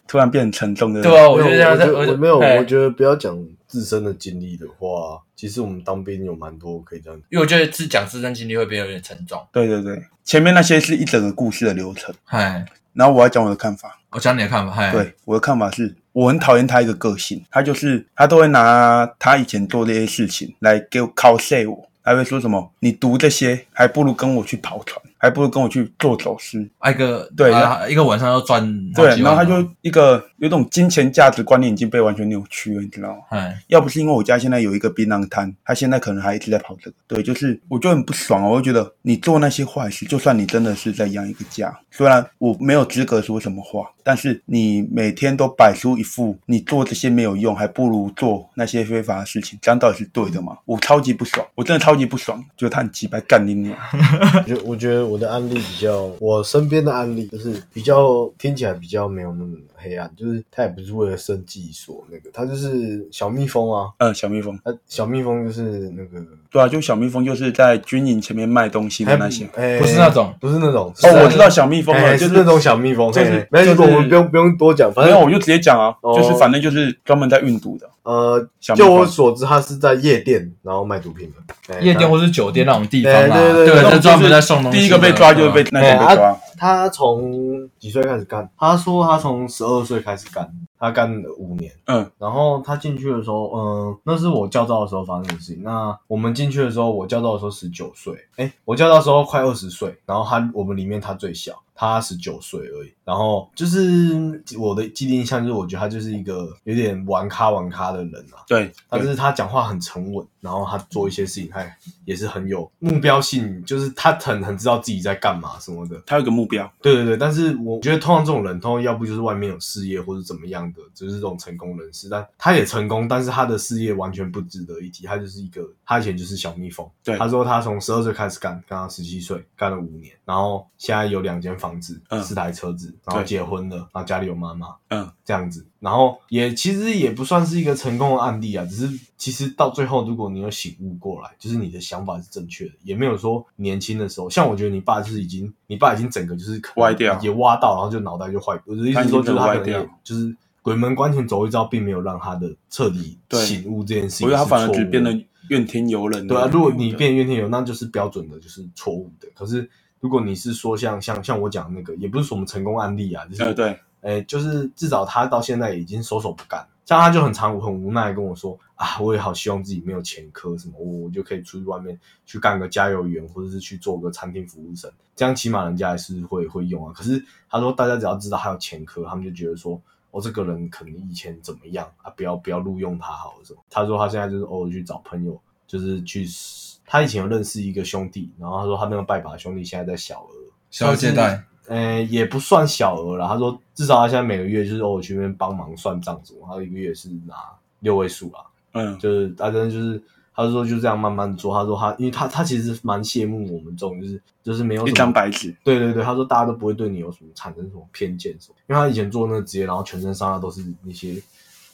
Speaker 2: 突然变沉重的，
Speaker 3: 对啊，
Speaker 6: 哦
Speaker 3: 我
Speaker 5: 没
Speaker 3: 就
Speaker 5: 有
Speaker 3: 这样在，
Speaker 5: 我没有，
Speaker 3: 哎
Speaker 5: 我觉得不要讲自身的经历的话，其实我们当兵有蛮多可以这样。
Speaker 3: 因为我觉得自讲自身经历会变得有点沉重，
Speaker 2: 对对对，前面那些是一整个故事的流程，
Speaker 3: 哎，
Speaker 2: 然后我要讲我的看法。
Speaker 3: 我讲你的看法，哎，
Speaker 2: 对，我的看法是，我很讨厌他一个个性，他就是他都会拿他以前做这些事情来给我 cos 我，还会说什么你读这些，还不如跟我去跑船，还不如跟我去做走私。
Speaker 3: 啊一个
Speaker 2: 对
Speaker 3: 啊一个晚上要赚好
Speaker 2: 对，
Speaker 3: 几
Speaker 2: 然
Speaker 3: 万
Speaker 2: 后他
Speaker 3: 嘛
Speaker 2: 就一个有种金钱价值观念已经被完全扭曲了，你知道吗？
Speaker 3: 哎，
Speaker 2: 要不是因为我家现在有一个槟榔摊，他现在可能还一直在跑这个。对，就是我就很不爽，我就觉得你做那些坏事，就算你真的是在养一个家，虽然我没有资格说什么话，但是你每天都摆出一副你做这些没有用，还不如做那些非法的事情，这样到底是对的吗？我超级不爽，我真的超级不爽，觉得他很鸡掰干你娘！
Speaker 6: 我觉我觉得我的案例比较，我身边的案例就是比较听起来比较没有那么黑暗，就是他也不是为了生计所那个，他就是小蜜蜂啊，
Speaker 2: 呃，小蜜蜂，
Speaker 6: 他小蜜蜂就是那个
Speaker 2: 对啊，就小蜜蜂就是在军营前面卖东西的那些。
Speaker 6: 哎
Speaker 3: 不是那种
Speaker 6: 不是那种
Speaker 2: 哦，我知道小蜜蜂
Speaker 6: 哎
Speaker 2: 了，就是
Speaker 6: 那种小蜜蜂，
Speaker 2: 就是
Speaker 6: 嘿没
Speaker 2: 就
Speaker 6: 有，
Speaker 2: 是
Speaker 6: 我们不用不用多讲，反
Speaker 2: 没有，我
Speaker 6: 正
Speaker 2: 就直接讲啊，
Speaker 6: 哦
Speaker 2: 就是反正就是专门在运毒的。
Speaker 6: 呃，
Speaker 2: 小蜜
Speaker 6: 就
Speaker 2: 蜂
Speaker 6: 我所知，他是在夜店然后卖毒品的，哎
Speaker 3: 夜店
Speaker 6: 他
Speaker 3: 或是酒店那种地方啊，
Speaker 6: 对对对
Speaker 3: 对，
Speaker 6: 对
Speaker 3: 就专门在送东西的。啊
Speaker 2: 第一个被抓就是被那
Speaker 6: 哎
Speaker 2: 种被抓。
Speaker 6: 他从几岁开始干？他说他从十二岁开始干，他干了五年。
Speaker 2: 嗯，
Speaker 6: 然后他进去的时候，嗯，那是我教照的时候发生的事情。那我们进去的时候，我教照的时候十九岁，哎，我教照的时候快二十岁，然后他我们里面他最小，他十九岁而已。然后就是我的既定印象就是，我觉得他就是一个有点玩咖玩咖的人啊。
Speaker 2: 对，
Speaker 6: 但
Speaker 2: 对
Speaker 6: 是他讲话很沉稳，然后他做一些事情，他也是很有目标性，就是他很很知道自己在干嘛什么的。
Speaker 2: 他有个目标，
Speaker 6: 对对对，但是我觉得通常这种人，通常要不就是外面有事业或者怎么样的，就是这种成功人士。但他也成功，但是他的事业完全不值得一提，他就是一个，他以前就是小蜜蜂。
Speaker 2: 对
Speaker 6: 他说他从十二岁开始干，干到十七岁，干了五年，然后现在有两间房子，
Speaker 2: 嗯
Speaker 6: 四台车子，然后
Speaker 2: 对
Speaker 6: 结婚了，然后家里有妈妈，
Speaker 2: 嗯，
Speaker 6: 这样子，然后也其实也不算是一个成功的案例啊，只是其实到最后，如果你有醒悟过来，就是你的想法是正确的，也没有说年轻的时候，像我觉得你爸就是已经，你爸已经整个就是可能
Speaker 2: 歪掉
Speaker 6: 也挖到，然后就脑袋就坏，我的意思
Speaker 2: 他已
Speaker 6: 是
Speaker 2: 经
Speaker 6: 说就是他可能
Speaker 2: 整个歪掉
Speaker 6: 也就是鬼门关前走一遭，并没有让他的彻底
Speaker 2: 对
Speaker 6: 醒悟这件事情
Speaker 2: 我觉得
Speaker 6: 是错
Speaker 2: 他
Speaker 6: 误的，
Speaker 2: 反而只变得怨天尤人了。嗯
Speaker 6: 对啊，如果你变怨天尤，那就是标准的，就是错误的。可是如果你是说像像像我讲的那个，也不是什么成功案例啊，就是、
Speaker 2: 呃对，
Speaker 6: 哎，就是至少他到现在已经收手不干了。像他就很常很无奈地跟我说啊，我也好希望自己没有前科什么，我我就可以出去外面去干个加油员，或者是去做个餐厅服务生，这样起码人家还是会会用啊。可是他说，大家只要知道他有前科，他们就觉得说，哦，这个人可能以前怎么样啊，不要不要录用他好了什么。他说他现在就是偶尔去找朋友，就是去，他以前有认识一个兄弟，然后他说他那个拜把兄弟现在在小额，
Speaker 3: 小额借贷，
Speaker 6: 呃，也不算小额啦。他说至少他现在每个月就是偶尔去那边帮忙算账什么，他一个月是拿六位数啦，
Speaker 2: 嗯，
Speaker 6: 就是他真的就是。他说就这样慢慢做。他说他，因为他他其实蛮羡慕我们这种，就是就是没有什么
Speaker 2: 一张白纸，
Speaker 6: 对对对，他说大家都不会对你有什么产生什么偏见什么，因为他以前做那个职业，然后全身上下都是那些，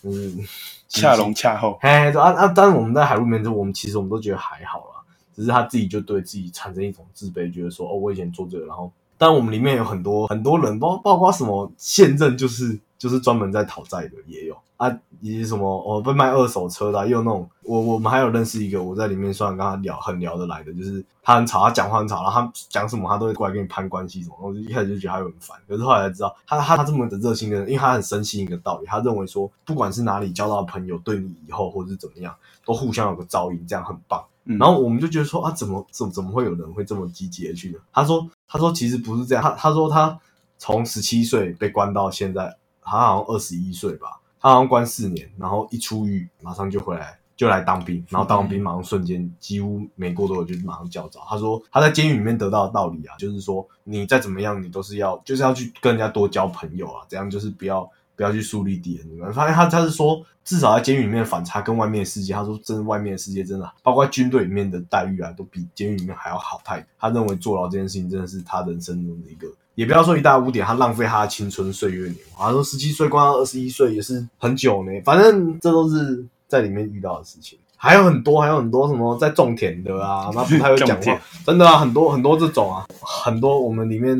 Speaker 6: 就是
Speaker 2: 恰龙恰后，
Speaker 6: 哎，对啊啊！但是我们在海陆面，就我们其实我们都觉得还好啦，只是他自己就对自己产生一种自卑，觉得说哦，我以前做这个，然后，但我们里面有很多很多人，包包括什么现任就是就是专门在讨债的也有啊，以及什么哦被卖二手车的啊、也有那种我我们还有认识一个，我在里面算跟他聊很聊得来的，就是他很吵，他讲话很吵，然后他讲什么他都会过来跟你攀关系什么，我就一开始就觉得他有很烦，可是后来才知道他他他这么的热心的人，因为他很深信一个道理，他认为说不管是哪里交到的朋友，对你以后或者是怎么样，都互相有个照应，这样很棒。
Speaker 2: 嗯
Speaker 6: 然后我们就觉得说啊，怎么怎么怎么会有人会这么积极的去呢？他说他说其实不是这样，他他说他从十七岁被关到现在，他好像二十一岁吧，他好像关四年，然后一出狱马上就回来。就来当兵，然后当完兵马上瞬间几乎没过多久就马上教招。他说他在监狱里面得到的道理啊，就是说你再怎么样，你都是要就是要去跟人家多交朋友啊，这样就是不要不要去树立敌人。你们发现他他是说，至少在监狱里面的反差跟外面的世界，他说真的外面的世界真的，包括军队里面的待遇啊，都比监狱里面还要好太多。他认为坐牢这件事情真的是他人生中的一个，也不要说一大污点，他浪费他的青春岁月年华。他说十七岁关到二十一岁也是很久呢，反正这都是在里面遇到的事情。还有很多，还有很多什么在种田 的啊，那不太会讲
Speaker 2: 种
Speaker 6: 话
Speaker 2: 田，
Speaker 6: 真的啊，很多很多这种啊，很多我们里面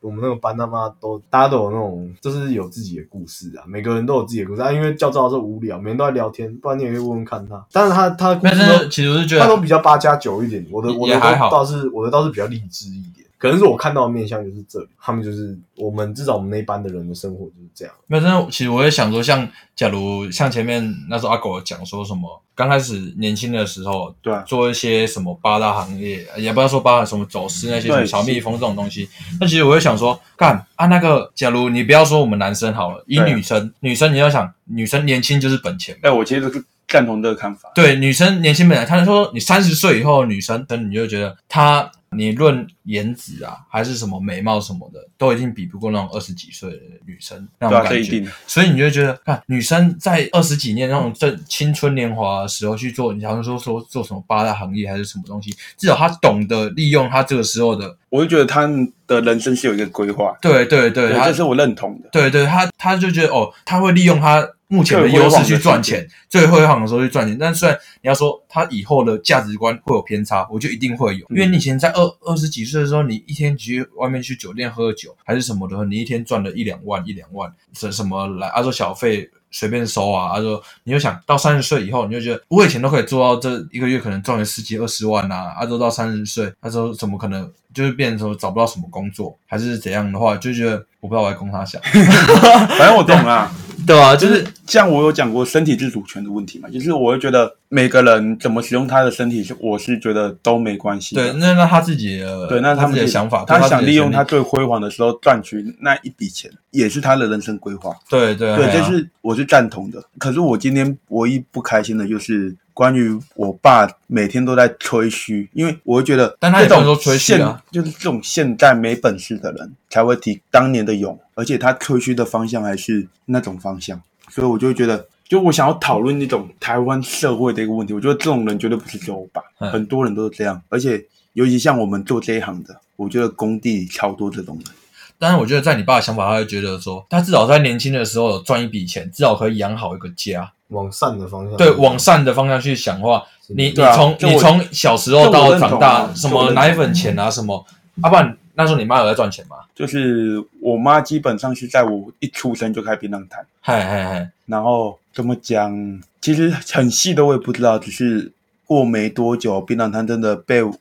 Speaker 6: 我们那个班他啊妈都大家都有那种，就是有自己的故事啊，每个人都有自己的故事啊。因为教招是无聊，每天都在聊天，不然你也可以问问看他。但是他他的故
Speaker 3: 但
Speaker 6: 事
Speaker 3: 是
Speaker 6: 都
Speaker 3: 其实我是觉得
Speaker 6: 他都比较八加九一点，我的
Speaker 3: 也
Speaker 6: 我的
Speaker 3: 也还
Speaker 6: 都
Speaker 3: 好
Speaker 6: 倒是我的倒是比较励志一点。可可能是我看到的面相就是这里，他们就是我们至少我们那一班的人的生活就是这样。
Speaker 3: 没有，真的，其实我也想说像，假如像前面那时候阿狗讲说什么，刚开始年轻的时候，
Speaker 2: 对啊
Speaker 3: 做一些什么八大行业，也不要说八大什么走私那些什
Speaker 2: 对
Speaker 3: 么小蜜蜂这种东西，那其实我也想说，干啊那个，假如你不要说我们男生好了，以
Speaker 2: 对啊
Speaker 3: 女生，女生你要想，女生年轻就是本钱嘛。
Speaker 2: 哎、我其实是赞同这个看法。
Speaker 3: 对女生年轻本来，他说你三十岁以后的女生，等你就觉得她，你论颜值啊，还是什么美貌什么的，都已经比不过那种二十几岁的女生那
Speaker 2: 对
Speaker 3: 种
Speaker 2: 啊，这
Speaker 3: 感
Speaker 2: 一
Speaker 3: 觉。
Speaker 2: 定。
Speaker 3: 所以你就会觉得，看女生在二十几年那种正青春年华的时候去做，你好像说说做什么八大行业还是什么东西，至少她懂得利用她这个时候的，
Speaker 2: 我就觉得他们的人生是有一个规划，
Speaker 3: 对对对，她
Speaker 2: 这是我认同的。
Speaker 3: 对对，他他就觉得哦，他会利用他目前的优势去赚钱，最辉煌的时候去赚钱。但虽然你要说他以后的价值观会有偏差，我就一定会有，因为你以前在二二十几岁的时候，你一天去外面去酒店喝酒还是什么的，你一天赚了一两万一两万，什什么来，他、说小费。随便收啊！他说，你就想到三十岁以后，你就觉得我以前都可以做到这一个月可能赚个十几二十万啊，啊，都到三十岁，那时候怎么可能就是变成说找不到什么工作，还是怎样的话，就觉得我不知道我在供他想。
Speaker 2: 反正我懂啦，
Speaker 3: 对啊，就
Speaker 2: 就是是像我有讲过身体自主权的问题嘛，就是我会觉得每个人怎么使用他的身体，是我是觉得都没关系的。
Speaker 3: 对，那那他自己的
Speaker 2: 对，那
Speaker 3: 他
Speaker 2: 他
Speaker 3: 自
Speaker 2: 们
Speaker 3: 己的
Speaker 2: 自己
Speaker 3: 想法，
Speaker 2: 他
Speaker 3: 自己的
Speaker 2: 想利用
Speaker 3: 权
Speaker 2: 他
Speaker 3: 利，
Speaker 2: 最辉煌的时候赚取那一笔钱，也是他的人生规划。
Speaker 3: 对对啊
Speaker 2: 对，
Speaker 3: 就
Speaker 2: 这是我是赞同的。可是我今天唯一不开心的就是关于我爸每天都在吹嘘，因为我会觉得，
Speaker 3: 但他也
Speaker 2: 这
Speaker 3: 不能
Speaker 2: 种
Speaker 3: 说吹嘘
Speaker 2: 现
Speaker 3: 啊
Speaker 2: 就是这种现在没本事的人才会提当年的勇，而且他吹嘘的方向还是那种方向，所以我就会觉得。就我想要讨论那种台湾社会的一个问题，我觉得这种人绝对不是只有我爸，
Speaker 3: 嗯
Speaker 2: 很多人都是这样，而且尤其像我们做这一行的，我觉得工地超多这种人。
Speaker 3: 但是我觉得在你爸的想法，他会觉得说，他至少在年轻的时候有赚一笔钱，至少可以养好一个家。
Speaker 6: 往善的方向，
Speaker 3: 对，往善的方向去想的话，你你
Speaker 2: 嗯对啊
Speaker 3: 从
Speaker 2: 这
Speaker 3: 你
Speaker 2: 我
Speaker 3: 从小时候
Speaker 2: 这我
Speaker 3: 到
Speaker 2: 认
Speaker 3: 长
Speaker 2: 同
Speaker 3: 大
Speaker 2: 啊，
Speaker 3: 什
Speaker 2: 这我
Speaker 3: 么
Speaker 2: 认
Speaker 3: 奶
Speaker 2: 同
Speaker 3: 粉钱啊，什么，阿爸那时候你妈有在赚钱吗？
Speaker 2: 就是我妈基本上是在我一出生就开槟榔摊，
Speaker 3: 嗨嗨嗨，
Speaker 2: 然后怎么讲，其实很细的我也不知道，只是过没多久，槟榔摊真的被我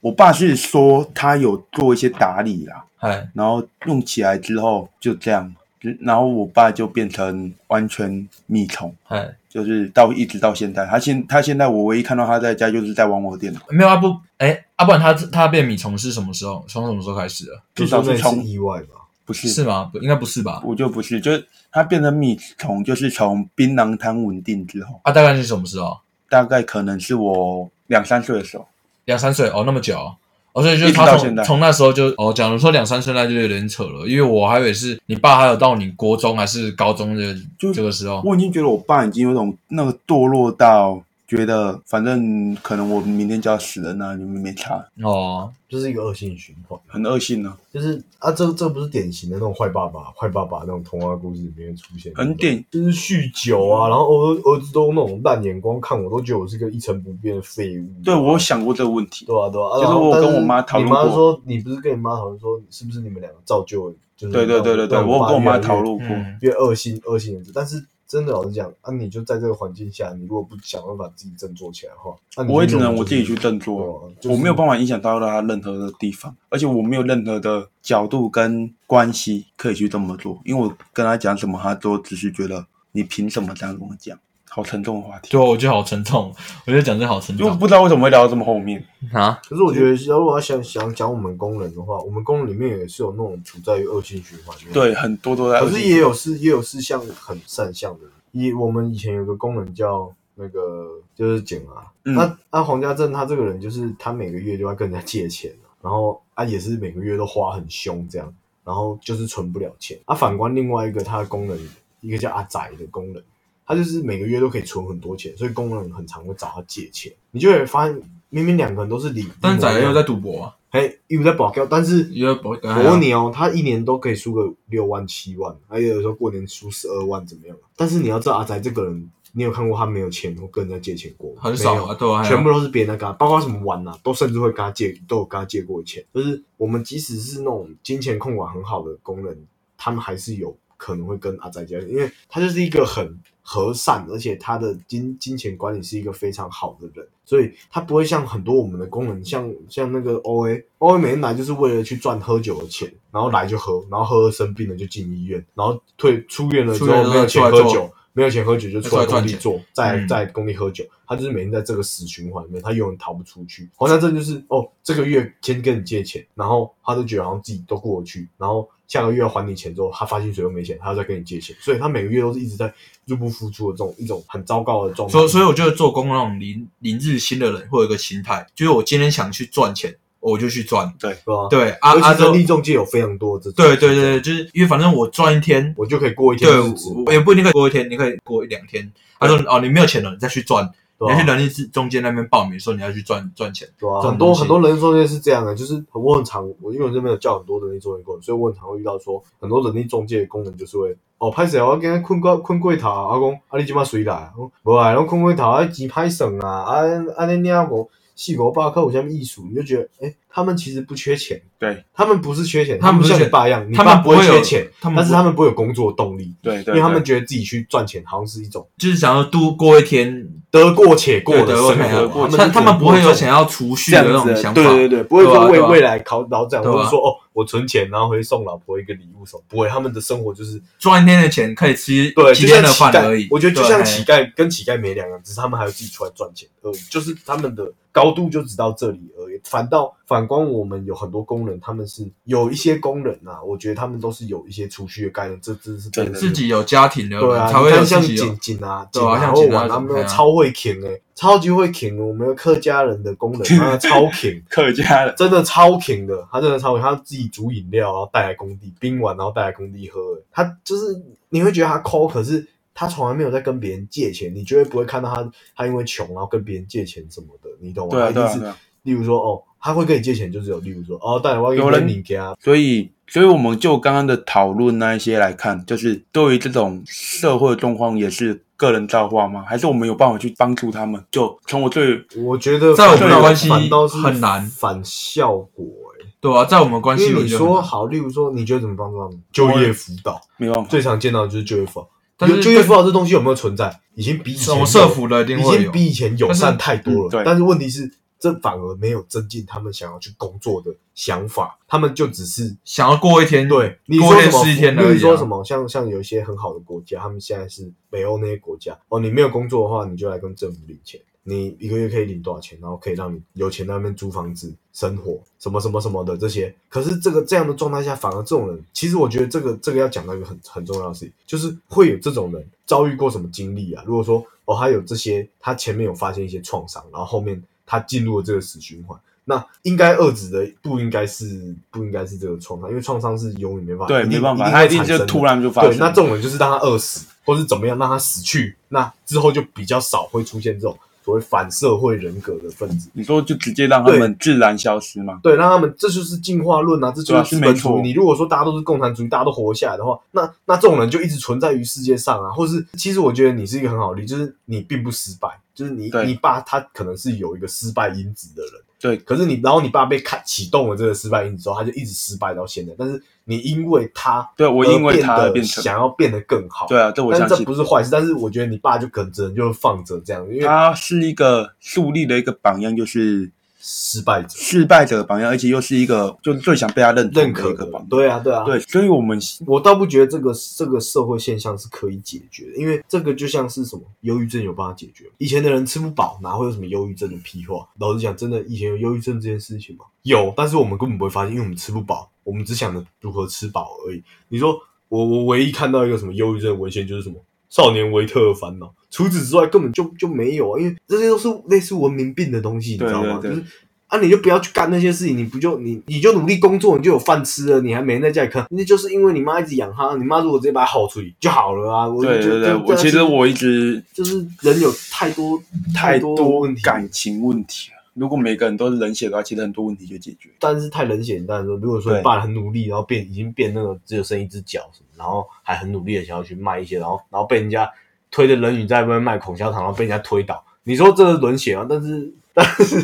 Speaker 2: 我爸是说他有做一些打理啦，
Speaker 3: 嗨，
Speaker 2: 然后用起来之后就这样，就然后我爸就变成完全米虫。
Speaker 3: 嗨，
Speaker 2: 就是到一直到现在，他现他现在我唯一看到他在家就是在玩我的电脑，
Speaker 3: 没有阿不，哎，阿不然他他变米虫是什么时候？从什么时候开始的？
Speaker 6: 就
Speaker 2: 至
Speaker 6: 说
Speaker 2: 少
Speaker 6: 那
Speaker 2: 是
Speaker 6: 是
Speaker 2: 从
Speaker 6: 意外吧。
Speaker 2: 不是
Speaker 3: 是吗？不应该不是吧？
Speaker 2: 我就不是，就是他变成米虫，就是从槟榔摊稳定之后，
Speaker 3: 啊，大概是什么时候？
Speaker 2: 大概可能是我两三岁的时候，
Speaker 3: 两三岁哦，那么久哦，哦所以就是
Speaker 2: 一直
Speaker 3: 他
Speaker 2: 到
Speaker 3: 从
Speaker 2: 现在
Speaker 3: 从那时候就哦，假如说两三岁那就有点扯了，因为我还以为是你爸还有到你国中还是高中的
Speaker 2: 就
Speaker 3: 这个时候，
Speaker 2: 我已经觉得我爸已经有种那个堕落到觉得，反正可能我明天就要死了那你们没差，
Speaker 3: 哦，
Speaker 6: 就是一个恶性循环，
Speaker 2: 很恶性呢、
Speaker 6: 就是啊，这这不是典型的那种坏爸爸、坏爸爸那种童话故事里面出现的那种，
Speaker 2: 很典
Speaker 6: 就是酗酒啊，然后儿儿子都那种烂眼光看我，都觉得我是个一成不变的废物。
Speaker 2: 对我有想过这个问题，
Speaker 6: 对啊，对啊，
Speaker 2: 就是
Speaker 6: 然后
Speaker 2: 我
Speaker 6: 但
Speaker 2: 跟我妈讨论
Speaker 6: 你妈
Speaker 2: 过
Speaker 6: 说你不是跟你妈讨论说，是不是你们两个造就了就是
Speaker 2: 对对对对对，
Speaker 6: 让
Speaker 2: 我有跟我
Speaker 6: 越来
Speaker 2: 妈
Speaker 6: 越
Speaker 2: 讨论过，
Speaker 3: 嗯，
Speaker 6: 越恶性恶性的字，但是真的老实讲，啊，你就在这个环境下，你如果不想办法自己振作起来的话，那你
Speaker 2: 我也只
Speaker 6: 就
Speaker 2: 能
Speaker 6: 永远
Speaker 2: 我自己
Speaker 6: 就是
Speaker 2: 去振作，
Speaker 6: 对啊就是
Speaker 2: 我没有办法影响到他任何的地方，而且我没有任何的角度跟关系可以去这么做，因为我跟他讲什么，他都只是觉得你凭什么这样跟我讲，好沉重的话题
Speaker 3: 对，，我觉得好沉重，我觉得讲这好沉
Speaker 2: 就
Speaker 3: 重
Speaker 2: 不知道为什么会聊到这么后面。
Speaker 3: 啊，
Speaker 6: 可是我觉得，如果要想想讲我们工人的话，我们工人里面也是有那种处在于恶性循环。，
Speaker 2: 对，很多都在恶
Speaker 6: 可
Speaker 2: 性
Speaker 6: 是
Speaker 2: 循环。
Speaker 6: 也有是也有是像很善向的人。以我们以前有个工人叫那个就是景啊，
Speaker 2: 嗯
Speaker 6: 他他黄家正他这个人就是他每个月就要跟人家借钱、啊，然后他、也是每个月都花很凶这样，然后就是存不了钱。啊，反观另外一个他的工人，一个叫阿仔的工人，他就是每个月都可以存很多钱，所以工人很常会找他借钱。你就会发现，明明两个人都是理，
Speaker 3: 但是仔
Speaker 6: 一模一
Speaker 3: 也
Speaker 6: 样
Speaker 3: 有在赌博啊，
Speaker 6: 哎，有在保镖，但是
Speaker 3: 也有保镖
Speaker 6: 我问你哦，他一年都可以输个六万七万，还有时候过年输十二万怎么样？啊但是你要知道阿宅这个人，你有看过他没有钱或跟人家借钱过吗？
Speaker 3: 很少
Speaker 6: 没有
Speaker 3: 啊，对啊，
Speaker 6: 全部都是别人在跟他，包括什么玩啊，都甚至会跟他借，都有跟他借过钱。就是我们即使是那种金钱控管很好的工人，他们还是有可能会跟阿宅借，因为他就是一个很和善，而且他的金金钱管理是一个非常好的人，所以他不会像很多我们的工人，像像那个 O A O A 每天来就是为了去赚喝酒的钱，然后来就喝，然后喝了生病了就进医院，然后退出院了之
Speaker 3: 出院
Speaker 6: 后
Speaker 3: 了
Speaker 6: 没有钱
Speaker 3: 出来
Speaker 6: 喝
Speaker 3: 做
Speaker 6: 酒，没有钱喝酒就出
Speaker 3: 出来
Speaker 6: 来工
Speaker 3: 赚
Speaker 6: 地
Speaker 3: 钱
Speaker 6: 做，在
Speaker 1: 嗯
Speaker 6: 在工地喝酒，他就是每天在这个死循环里面，他永远逃不出去。黄山镇就是哦，这个月先跟你借钱，然后他就觉得好像自己都过得去，然后下个月要还你钱之后，他发薪水又没钱，他又再跟你借钱，所以他每个月都是一直在入不敷出的这种一种很糟糕的状态。
Speaker 3: 所以所以我觉得做工那种零零日薪的人会有一个心态，就是我今天想去赚钱，我就去赚。
Speaker 6: 对吧？
Speaker 3: 对啊
Speaker 6: 尤
Speaker 3: 啊，
Speaker 6: 其
Speaker 3: 之后
Speaker 6: 人力中介有非常多的这种，
Speaker 3: 对对对，对，就是因为反正我赚一天，
Speaker 6: 我就可以过一天
Speaker 3: 对
Speaker 6: 日子，
Speaker 3: 我也不一定可以过一天，你可以过一两天。他说哦，你没有钱了，你再去赚，
Speaker 6: 对啊
Speaker 3: 你要去
Speaker 6: 吧？
Speaker 3: 人力资中间那边报名说你要去赚赚钱。
Speaker 6: 对啊，
Speaker 3: 这种
Speaker 6: 很多
Speaker 3: 东西
Speaker 6: 很多人力中介是这样的，就是我很常，我因为我这边有叫很多人力中介过来，所以我很常会遇到说，很多人力中介的工人就是会，哦，拍谁我跟他困过困过头，阿公，啊你即摆谁来？我说无啊，拢困过头，啊钱歹算啊，啊啊你领五四五百块有啥物意思？你就觉得，哎、他们其实不缺钱，
Speaker 2: 对
Speaker 6: 他们不是缺钱，
Speaker 3: 他
Speaker 6: 他
Speaker 3: 们不
Speaker 6: 们
Speaker 3: 是
Speaker 6: 像你
Speaker 3: 缺
Speaker 6: 爸一样，你
Speaker 3: 他
Speaker 6: 爸
Speaker 3: 们
Speaker 6: 不
Speaker 3: 不
Speaker 6: 会
Speaker 3: 会有
Speaker 6: 缺钱，
Speaker 3: 他们
Speaker 6: 但是
Speaker 3: 不
Speaker 6: 他们不会有工作动力，
Speaker 2: 对
Speaker 6: 因
Speaker 2: 对，
Speaker 6: 为他
Speaker 2: 对
Speaker 6: 们觉得自己去赚钱好像是一种
Speaker 3: 就是想要度过一天
Speaker 6: 得过且过的
Speaker 3: 得过
Speaker 6: 生
Speaker 3: 且
Speaker 6: 活，
Speaker 3: 过，
Speaker 6: 们
Speaker 3: 他
Speaker 6: 就
Speaker 3: 他们
Speaker 6: 只
Speaker 3: 不会有
Speaker 6: 过这种
Speaker 3: 想要储蓄
Speaker 6: 这
Speaker 3: 的
Speaker 6: 样
Speaker 3: 那种
Speaker 6: 子
Speaker 3: 想法
Speaker 6: 对。对对，不会
Speaker 3: 对啊
Speaker 6: 说为
Speaker 3: 对啊
Speaker 6: 未来考老展，
Speaker 3: 对啊
Speaker 6: 或者说哦，我存钱然后回去送老婆一个礼物什么，不会，他们的生活就是
Speaker 3: 赚一天的钱可以吃
Speaker 6: 对，
Speaker 3: 嗯几
Speaker 6: 就
Speaker 3: 天
Speaker 6: 像
Speaker 3: 的
Speaker 6: 乞
Speaker 3: 饭而已
Speaker 6: 丐。，我觉得就
Speaker 3: 对
Speaker 6: 像
Speaker 3: 嘿
Speaker 6: 乞丐跟乞丐没两样，只是他们还要自己出来赚钱而已，就是他们的高度就只到这里而已。反倒反观我们有很多工人，他们是有一些工人啊，我觉得他们都是有一些储蓄的概念，这真是真的
Speaker 3: 自己有家庭的
Speaker 6: 对啊，
Speaker 3: 人才会
Speaker 6: 你
Speaker 3: 有
Speaker 6: 看像
Speaker 3: 自己有
Speaker 6: 景景啊，
Speaker 3: 对
Speaker 6: 景
Speaker 3: 啊像
Speaker 6: 或
Speaker 3: 景啊
Speaker 6: 玩他
Speaker 3: 对
Speaker 6: 们
Speaker 3: 啊
Speaker 6: 超会啃哎，超级会啃，我们的客家人 的工人，他超啃。
Speaker 2: 客家的，
Speaker 6: 真的超甜的，他真的超甜，他自己煮饮料，然后带来工地冰完，然后带来工地喝。他就是你会觉得他抠，可是他从来没有在跟别人借钱，你绝对不会看到他他因为穷然后跟别人借钱什么的，你懂吗？
Speaker 2: 对啊
Speaker 6: 他一定
Speaker 2: 对啊
Speaker 6: 是
Speaker 2: 对啊
Speaker 6: 例如说哦，他会跟你借钱，就是有例如说哦，带来我
Speaker 2: 有
Speaker 6: 要
Speaker 2: 人
Speaker 6: 给你给他，
Speaker 2: 所以所以我们就刚刚的讨论那一些来看，就是对于这种社会状况也是个人造化吗？还是我们有办法去帮助他们？就从我最
Speaker 6: 我觉得
Speaker 3: 在我们
Speaker 6: 反
Speaker 3: 的
Speaker 6: 倒
Speaker 3: 关系
Speaker 6: 反倒是
Speaker 3: 很难
Speaker 6: 反效果、欸。
Speaker 3: 对啊，在我们关系
Speaker 6: 因为
Speaker 3: 我
Speaker 6: 你
Speaker 3: 觉得
Speaker 6: 说
Speaker 3: 很
Speaker 6: 好，例如说，你觉得怎么帮助他们？就业辅导
Speaker 2: 没有办法，
Speaker 6: 最常见到的就是就业辅导，
Speaker 3: 但是
Speaker 6: 就业辅导这东西有没有存在？已经比以
Speaker 3: 什
Speaker 6: 前
Speaker 3: 么
Speaker 6: 有
Speaker 3: 社服的一定
Speaker 6: 已
Speaker 3: 会
Speaker 6: 经
Speaker 3: 有，
Speaker 6: 比以前友善太多了。
Speaker 2: 但是嗯对
Speaker 6: 但是问题是，这反而没有增进他们想要去工作的想法，他们就只是
Speaker 3: 想要过一天，
Speaker 6: 对你
Speaker 3: 过
Speaker 6: 说
Speaker 3: 一
Speaker 6: 什
Speaker 3: 天
Speaker 6: 么？
Speaker 3: 是一天而已啊
Speaker 6: 你说什么？像像有一些很好的国家，他们现在是北欧那些国家哦，你没有工作的话，你就来跟政府领钱。你一个月可以领多少钱？然后可以让你有钱在那边租房子、生活，什么什么什么的这些。可是这个这样的状态下，反而这种人，其实我觉得这个这个要讲到一个很很重要的事情，就是会有这种人遭遇过什么经历啊？如果说哦，他有这些，他前面有发现一些创伤，然后后面他进入了这个死循环，那应该遏制的不应该是不应该是这个创伤，因为创伤是永远没办法，
Speaker 2: 对
Speaker 6: 一定
Speaker 2: 没办法，
Speaker 6: 定
Speaker 2: 他一
Speaker 6: 会
Speaker 2: 定
Speaker 6: 产生
Speaker 2: 就
Speaker 6: 的
Speaker 2: 突然就发
Speaker 6: 对，
Speaker 2: 生。
Speaker 6: 那这种人就是让他饿死，或是怎么样让他死去，那之后就比较少会出现这种所谓反社会人格的分子。
Speaker 2: 你说就直接让他们自然消失吗？
Speaker 6: 对，让他们这就是进化论啊，这
Speaker 2: 对
Speaker 6: 就
Speaker 2: 啊
Speaker 6: 是
Speaker 2: 是
Speaker 6: 资
Speaker 2: 没
Speaker 6: 本主
Speaker 2: 错
Speaker 6: 义。你如果说大家都是共产主义，大家都活下来的话，那那这种人就一直存在于世界上啊。或是其实我觉得你是一个很好的例子，就是你并不失败，就是你
Speaker 2: 对
Speaker 6: 你爸他可能是有一个失败因子的人。
Speaker 2: 对，
Speaker 6: 可是你，然后你爸被开启动了这个失败因子之后，他就一直失败到现在。但是你因为他，
Speaker 2: 对我因为他而变成
Speaker 6: 想要变得更好，
Speaker 2: 对啊，这我
Speaker 6: 但
Speaker 2: 相
Speaker 6: 是这
Speaker 2: 信
Speaker 6: 不。是坏事，但是我觉得你爸就可能只能就放着这样，因为
Speaker 2: 他是一个树立的一个榜样，就是
Speaker 6: 失败者
Speaker 2: 失败者的榜样，而且又是一个就是最想被他认同
Speaker 6: 认
Speaker 2: 的
Speaker 6: 可
Speaker 2: 一个
Speaker 6: 的
Speaker 2: 榜样。
Speaker 6: 对啊，对啊，
Speaker 2: 对，所以我们
Speaker 6: 我倒不觉得这个这个社会现象是可以解决的，因为这个就像是什么忧郁症有办法解决吗。以前的人吃不饱，哪会有什么忧郁症的屁话？老实讲，真的以前有忧郁症这件事情吗？有，但是我们根本不会发现，因为我们吃不饱，我们只想着如何吃饱而已。你说我我唯一看到一个什么忧郁症的文献就是什么少年维特的烦恼，除此之外根本就就没有啊，因为这些都是类似文明病的东西，你知道吗？
Speaker 2: 对对对
Speaker 6: 就是啊，你就不要去干那些事情，你不就你你就努力工作，你就有饭吃了，你还没人在家里看，那就是因为你妈一直养他，你妈如果直接把他吼出去就好了啊。我就
Speaker 2: 对对
Speaker 6: 觉
Speaker 2: 对，
Speaker 6: 得
Speaker 2: 我
Speaker 6: 这
Speaker 2: 其实我一直
Speaker 6: 就是人有太多
Speaker 2: 太
Speaker 6: 多
Speaker 2: 多
Speaker 6: 问题，
Speaker 2: 感情问题了。如果每个人都是冷血的话，其实很多问题就解决。
Speaker 6: 但是太冷血。但是说，如果说
Speaker 2: 对
Speaker 6: 你爸很努力，然后变已经变那个只有剩一只脚什么，然后还很努力的想要去卖一些，然后然后被人家推着冷雨在外面卖口香糖，然后被人家推倒，你说这是冷血啊？但是。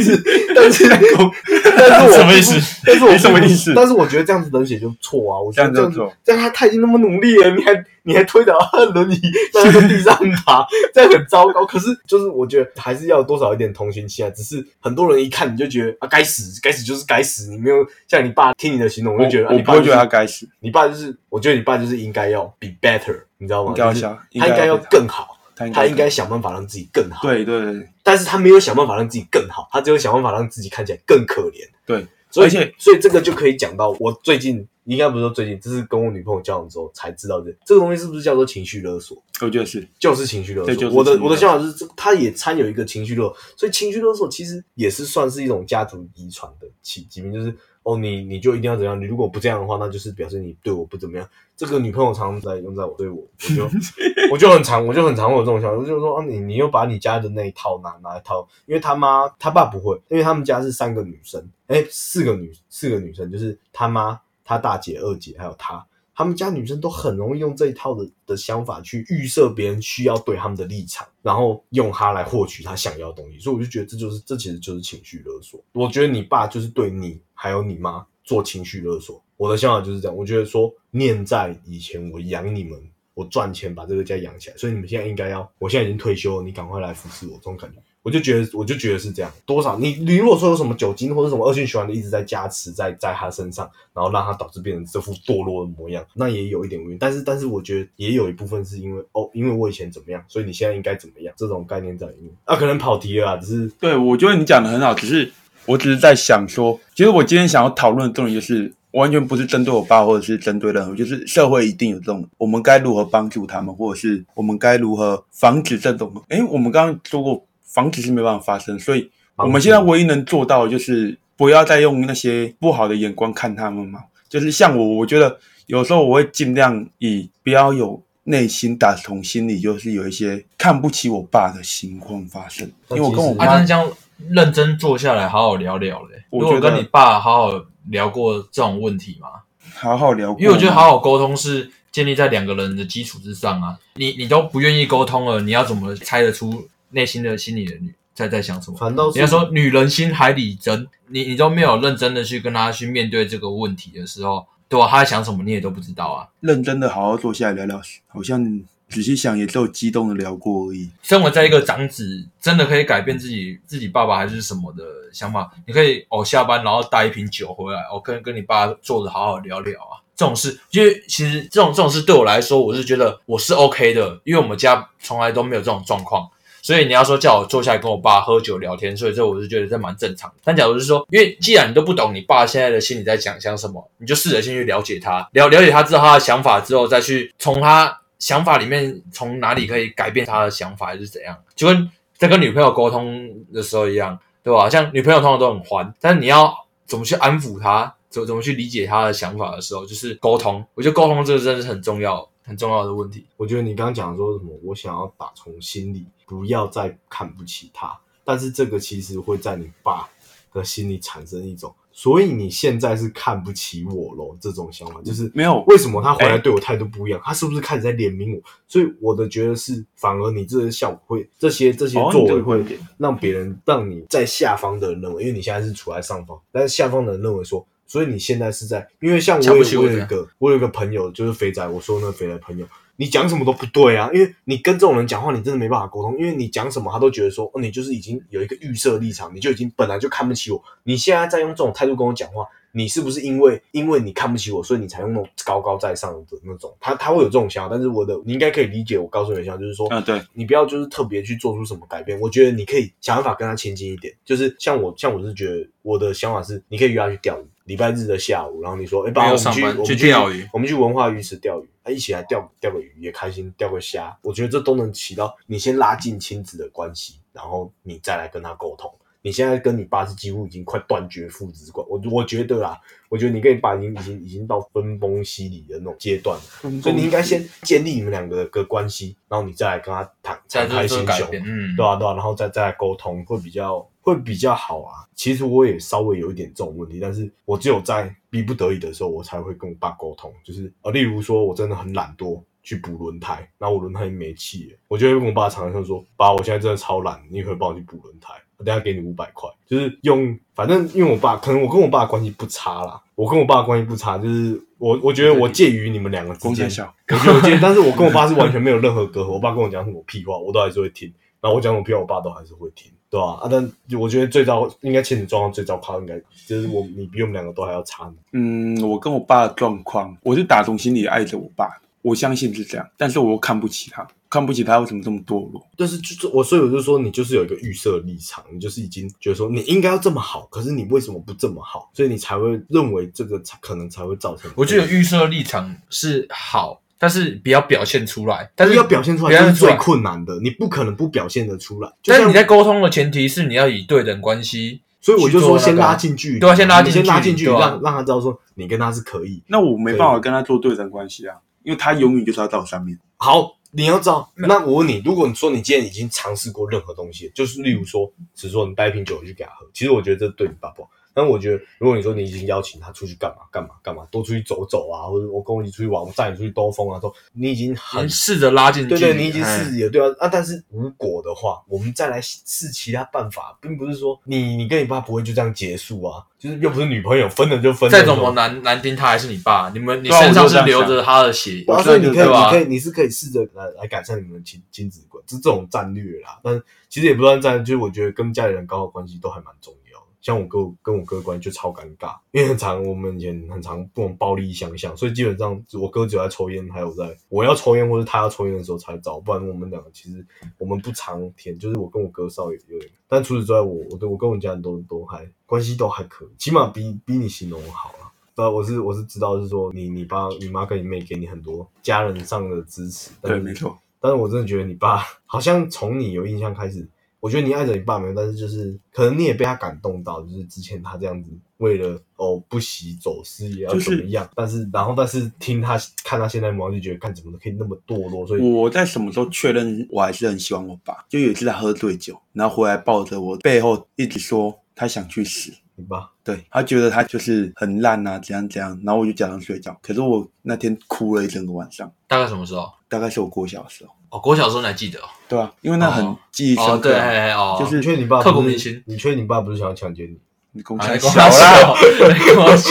Speaker 6: 是但是但是我
Speaker 1: 什么意思？
Speaker 6: 但是我
Speaker 2: 没什么意思
Speaker 6: 但是我觉得这样子冷血就错啊！我觉得
Speaker 2: 这
Speaker 6: 这
Speaker 2: 样
Speaker 6: 样
Speaker 2: 就
Speaker 6: 子
Speaker 2: 错，
Speaker 6: 这样他他已经那么努力了，你还你还推倒他的轮椅，让他在地上爬，这样很糟糕。可是就是我觉得还是要多少一点同情心啊。只是很多人一看你就觉得啊，该死，该死就是该死。你没有像你爸听你的形容，我
Speaker 2: 我
Speaker 6: 就觉得啊
Speaker 2: 我
Speaker 6: 你
Speaker 2: 不
Speaker 6: 爸
Speaker 2: 会
Speaker 6: 就
Speaker 2: 觉得
Speaker 6: 是
Speaker 2: 他该死，
Speaker 6: 你爸就是，我觉得你爸就是应该要 be better，你知道吗？
Speaker 2: 应该要
Speaker 6: 就是
Speaker 2: 想应
Speaker 6: 他
Speaker 2: 该
Speaker 6: 应该
Speaker 2: 要
Speaker 6: 要
Speaker 2: 比他
Speaker 6: 更好，
Speaker 2: 他应
Speaker 6: 他应该
Speaker 2: 该
Speaker 6: 想办法让自己更好。
Speaker 2: 对对对，
Speaker 6: 但是他没有想办法让自己更好，他只有想办法让自己看起来更可怜。
Speaker 2: 对，
Speaker 6: 所以
Speaker 2: 而且
Speaker 6: 所以这个就可以讲到我最近，应该不是说最近，这是跟我女朋友交往之后才知道的，这个东西是不是叫做情绪勒索？
Speaker 2: 我觉得是
Speaker 6: 就是情绪勒
Speaker 2: 对就
Speaker 6: 索。
Speaker 2: 是
Speaker 6: 我的
Speaker 2: 情绪勒索
Speaker 6: 我的想法是，这他也掺有一个情绪勒索，所以情绪勒索其实也是算是一种家族遗传的疾疾病，就是哦，你你就一定要怎样，你如果不这样的话，那就是表示你对我不怎么样。这个女朋友常常在用在我对我，我就 我就很常我就很常会有这种想法，我就说啊，你你又把你家的那一套拿拿一套，因为他妈他爸不会，因为他们家是三个女生，哎，四个女四个女生，就是他妈、他大姐、二姐还有他。他们家女生都很容易用这一套的的想法去预设别人需要对他们的立场，然后用它来获取他想要的东西，所以我就觉得这就是这其实就是情绪勒索。我觉得你爸就是对你还有你妈做情绪勒索。我的想法就是这样，我觉得说念在以前我养你们，我赚钱把这个家养起来，所以你们现在应该要，我现在已经退休了，你赶快来服侍我，这种感觉。我就觉得，我就觉得是这样。多少你你如果说有什么酒精或者什么恶性循环的一直在加持在在他身上，然后让他导致变成这副堕落的模样，那也有一点原因。但是，但是我觉得也有一部分是因为哦，因为我以前怎么样，所以你现在应该怎么样，这种概念在里面。啊，可能跑题了啊，只是
Speaker 2: 对，我觉得你讲的很好，只是我只是在想说，其实我今天想要讨论的重点就是，完全不是针对我爸，或者是针对任何，就是社会一定有这种，我们该如何帮助他们，或者是我们该如何防止这种，诶，我们刚刚说过，防止是没办法发生，所以我们现在唯一能做到的就是不要再用那些不好的眼光看他们嘛。就是像我，我觉得有时候我会尽量以不要有内心打从心里就是有一些看不起我爸的情况发生，因为我跟我
Speaker 6: 那
Speaker 3: 啊，
Speaker 2: 爸
Speaker 3: 但是这样认真坐下来，好好聊聊嘞。
Speaker 2: 我
Speaker 3: 因为我
Speaker 2: 觉得
Speaker 3: 跟你爸好好聊过这种问题嘛，
Speaker 2: 好好聊过，
Speaker 3: 因为我觉得好好沟通是建立在两个人的基础之上啊。你你都不愿意沟通了，你要怎么猜得出内心的心里的女在在想什么？
Speaker 6: 反倒是
Speaker 3: 人家说女人心海底针，你你都没有认真的去跟她去面对这个问题的时候，对吧、啊她在想什么你也都不知道啊。
Speaker 2: 认真的好好坐下来聊聊，好像仔细想也只有激动的聊过而已。
Speaker 3: 身为在一个长子，真的可以改变自己自己爸爸还是什么的想法。你可以哦下班然后带一瓶酒回来，哦跟跟你爸坐着好好聊聊啊。这种事，因为其实这种这种事对我来说，我是觉得我是 OK 的，因为我们家从来都没有这种状况。所以你要说叫我坐下来跟我爸喝酒聊天，所以这我是觉得这蛮正常的。但假如是说，因为既然你都不懂你爸现在的心里在想想什么，你就试着先去了解他，了了解他知道他的想法之后，再去从他想法里面从哪里可以改变他的想法，还是怎样？就跟在跟女朋友沟通的时候一样，对吧？像女朋友通常都很欢，但是你要怎么去安抚她，怎么怎么去理解她的想法的时候，就是沟通。我觉得沟通这个真的是很重要、很重要的问题。
Speaker 6: 我觉得你刚刚讲说什么，我想要打从心里不要再看不起他，但是这个其实会在你爸的心里产生一种，所以你现在是看不起我咯这种想法，就是
Speaker 2: 没有
Speaker 6: 为什么他回来
Speaker 2: 哎
Speaker 6: 对我态度不一样，他是不是开始在怜悯我？所以我的觉得是，反而你这些效果会，这些这些
Speaker 2: 哦
Speaker 6: 作
Speaker 2: 你这
Speaker 6: 为
Speaker 2: 个
Speaker 6: 会
Speaker 2: 观点
Speaker 6: 让别人让你在下方的人认为，因为你现在是处在上方，但是下方的人认为说，所以你现在是在，因为像我
Speaker 3: 瞧不
Speaker 6: 有
Speaker 3: 起
Speaker 6: 我
Speaker 3: 我
Speaker 6: 有
Speaker 3: 这
Speaker 6: 一
Speaker 3: 样
Speaker 6: 个我有一个朋友就是肥仔，我说那个肥仔朋友，你讲什么都不对啊，因为你跟这种人讲话，你真的没办法沟通，因为哦你讲什么他都觉得说，哦，你就是已经有一个预设立场，你就已经本来就看不起我，你现在在用这种态度跟我讲话，你是不是因为因为你看不起我，所以你才用那种高高在上的那种？他他会有这种想法，但是我的你应该可以理解，我告诉你的想法就是说，
Speaker 2: 啊，对，
Speaker 6: 你不要就是特别去做出什么改变。我觉得你可以想办法跟他亲近一点，就是像我像我是觉得我的想法是，你可以约他去钓鱼，礼拜日的下午，然后你说，哎、爸，
Speaker 3: 没有
Speaker 6: 我们
Speaker 3: 上
Speaker 6: 去
Speaker 3: 班
Speaker 6: 我们
Speaker 3: 去钓鱼
Speaker 6: 我们去文化鱼池钓鱼，啊，一起来钓钓个鱼也开心，钓个虾，我觉得这都能起到你先拉近亲子的关系，然后你再来跟他沟通。你现在跟你爸是几乎已经快断绝父子关，我我觉得啦，我觉得你跟你爸已经已经已经到分崩析离的那种阶段了，所以你应该先建立你们两个的关系，然后你再来跟他谈
Speaker 3: 再
Speaker 6: 敞开
Speaker 3: 做
Speaker 6: 心
Speaker 3: 出改
Speaker 6: 胸，
Speaker 3: 变，嗯，
Speaker 6: 对啊对啊，然后再再来沟通会比较会比较好啊。其实我也稍微有一点这种问题，但是我只有在逼不得已的时候，我才会跟我爸沟通，就是呃，例如说我真的很懒惰。去补轮胎，然后我轮胎没气了，我就会跟我爸常常说：“爸，我现在真的超懒，你可不可以帮我去补轮胎？我等一下给你五百块。”就是用，反正因为我爸，可能我跟我爸关系不差啦，我跟我爸关系不差，就是我我觉得我介于你们两个之
Speaker 2: 公
Speaker 6: 间
Speaker 2: 三，小，
Speaker 6: 我觉得我今天，但是我跟我爸是完全没有任何隔阂。我爸跟我讲什么屁话，我都还是会听；然后我讲什么屁话，我爸都还是会听，对吧、啊？但我觉得最糟，应该亲子状况最糟糕，应该就是我你比我们两个都还要差。
Speaker 2: 嗯，我跟我爸的状况，我是打从心里爱着我爸，我相信是这样，但是我又看不起他，看不起他为什么这么堕落？
Speaker 6: 但是就是我，所以我就说你就是有一个预设立场，你就是已经觉得说你应该要这么好，可是你为什么不这么好？所以你才会认为这个才可能才会造成。
Speaker 3: 我觉得有预设立场是好，但是不要表现出来，但
Speaker 6: 但
Speaker 3: 是
Speaker 6: 是要表现出来
Speaker 3: 表
Speaker 6: 这
Speaker 3: 现
Speaker 6: 是
Speaker 3: 出来
Speaker 6: 最困难的，你不可能不表现得出来。就
Speaker 3: 但
Speaker 6: 像
Speaker 3: 是你在沟通的前提是你要以对等关系，
Speaker 6: 所以我就
Speaker 3: 去做
Speaker 6: 说
Speaker 3: 那个
Speaker 6: 先拉近距离，
Speaker 3: 对啊先拉近
Speaker 6: 你先拉
Speaker 3: 距离
Speaker 6: 近距离，
Speaker 3: 对啊
Speaker 6: 让让他知道说你跟他是可以，
Speaker 2: 那我没办法跟他做对等关系啊，因为他永远就是要在我上面。
Speaker 6: 好，你要知道，那我问你，如果你说你今天已经尝试过任何东西，就是例如说，只是说你带一瓶酒去给他喝，其实我觉得这对你爸不好。但我觉得，如果你说你已经邀请他出去干嘛干嘛干嘛，多出去走走啊，或者我跟我一起出去玩，我载你出去兜风啊，说你已经
Speaker 3: 你
Speaker 6: 很
Speaker 3: 试着拉近距
Speaker 6: 对
Speaker 3: 离。
Speaker 6: 对，你已经
Speaker 3: 哎
Speaker 6: 试也对啊啊，但是无果的话，我们再来试其他办法，并不是说你你跟你爸不会就这样结束啊，就是又不是女朋友，分了就分了，
Speaker 3: 再怎么难难听，他还是你爸。你们你
Speaker 2: 对啊
Speaker 3: 身上
Speaker 2: 我就这
Speaker 3: 是
Speaker 2: 样
Speaker 3: 流着他的血，
Speaker 6: 对啊，
Speaker 2: 我
Speaker 6: 所以
Speaker 2: 觉得
Speaker 6: 你可以，
Speaker 2: 对
Speaker 6: 你
Speaker 3: 吧
Speaker 6: 可以，你是可以试着来来改善你们的亲亲子关，就是这种战略啦。但其实也不算战略，就是我觉得跟家里人搞好关系都还蛮重要的。像我跟我跟我哥关系就超尴尬，因为很常我们以前很常不能暴力相向，所以基本上我哥只有在抽烟，还有在我要抽烟或者他要抽烟的时候才找，不然我们两个其实我们不常甜，就是我跟我哥稍微有点，但除此之外，我我对我跟我家人都都还关系都还可以，起码比比你形容好啊。对啊，我是我是知道，是说你你爸、你妈跟你妹给你很多家人上的支持，但
Speaker 2: 对，
Speaker 6: 是
Speaker 2: 没错，
Speaker 6: 但是我真的觉得你爸好像从你有印象开始，我觉得你爱着你爸没有，但是就是可能你也被他感动到，就是之前他这样子为了哦不惜走私也要
Speaker 2: 就是
Speaker 6: 怎么样，但是然后但是听他看他现在忙就觉得干怎么可以那么堕落，所以
Speaker 2: 我在什么时候确认我还是很喜欢我爸？就有一次他喝醉酒，然后回来抱着我，背后一直说他想去死。
Speaker 6: 你爸
Speaker 2: 对他觉得他就是很烂啊，怎样怎样，然后我就假装睡觉，可是我那天哭了一整个晚上，
Speaker 3: 大概什么时候？
Speaker 2: 大概是我国小的时候，
Speaker 3: 哦，国小的时候你还记得哦？
Speaker 2: 对啊，因为那很
Speaker 3: 哦
Speaker 2: 记忆深刻啊、
Speaker 3: 哦，对，嘿嘿哦，
Speaker 2: 就是
Speaker 6: 你确定你爸
Speaker 3: 刻骨
Speaker 6: 不是
Speaker 3: 铭心
Speaker 6: 你确定你爸不是想要强奸你？
Speaker 2: 你跟我
Speaker 3: 啊
Speaker 2: 讲
Speaker 3: 你跟我
Speaker 2: 小啦，
Speaker 3: 小，你跟我小，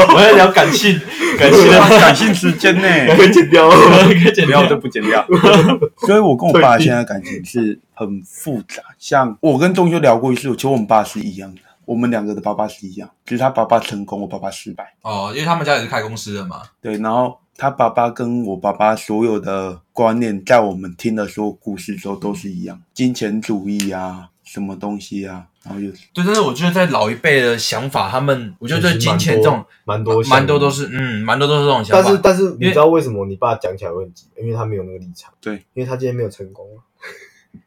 Speaker 3: 我在聊感性，感性
Speaker 2: 哇
Speaker 3: 的，
Speaker 2: 感性时间 呢，
Speaker 6: 被剪 掉了。
Speaker 3: 可以剪
Speaker 2: 不要
Speaker 3: 掉
Speaker 2: 都不剪掉。所以我跟我爸现在感情是很复杂，像我跟钟修聊过一次，我其实我们爸是一样的，我们两个的爸爸是一样，只是他爸爸成功，我爸爸失败。
Speaker 3: 哦，因为他们家也是开公司的嘛，
Speaker 2: 对，然后他爸爸跟我爸爸所有的观念，在我们听了所有故事之后都是一样，金钱主义啊，什么东西啊，然后又
Speaker 3: 对，但是我觉得在老一辈的想法，他们我觉得对金钱
Speaker 6: 其
Speaker 3: 这
Speaker 6: 实
Speaker 3: 种
Speaker 6: 蛮多蛮
Speaker 3: 蛮多
Speaker 6: 多想法
Speaker 3: 都是嗯，蛮多都是这种想
Speaker 6: 但
Speaker 3: 法。
Speaker 6: 是但是你
Speaker 3: 因为
Speaker 6: 知道为什么你爸讲起来会很急？因为他没有那个立场。
Speaker 2: 对，
Speaker 6: 因为他今天没有成功啊，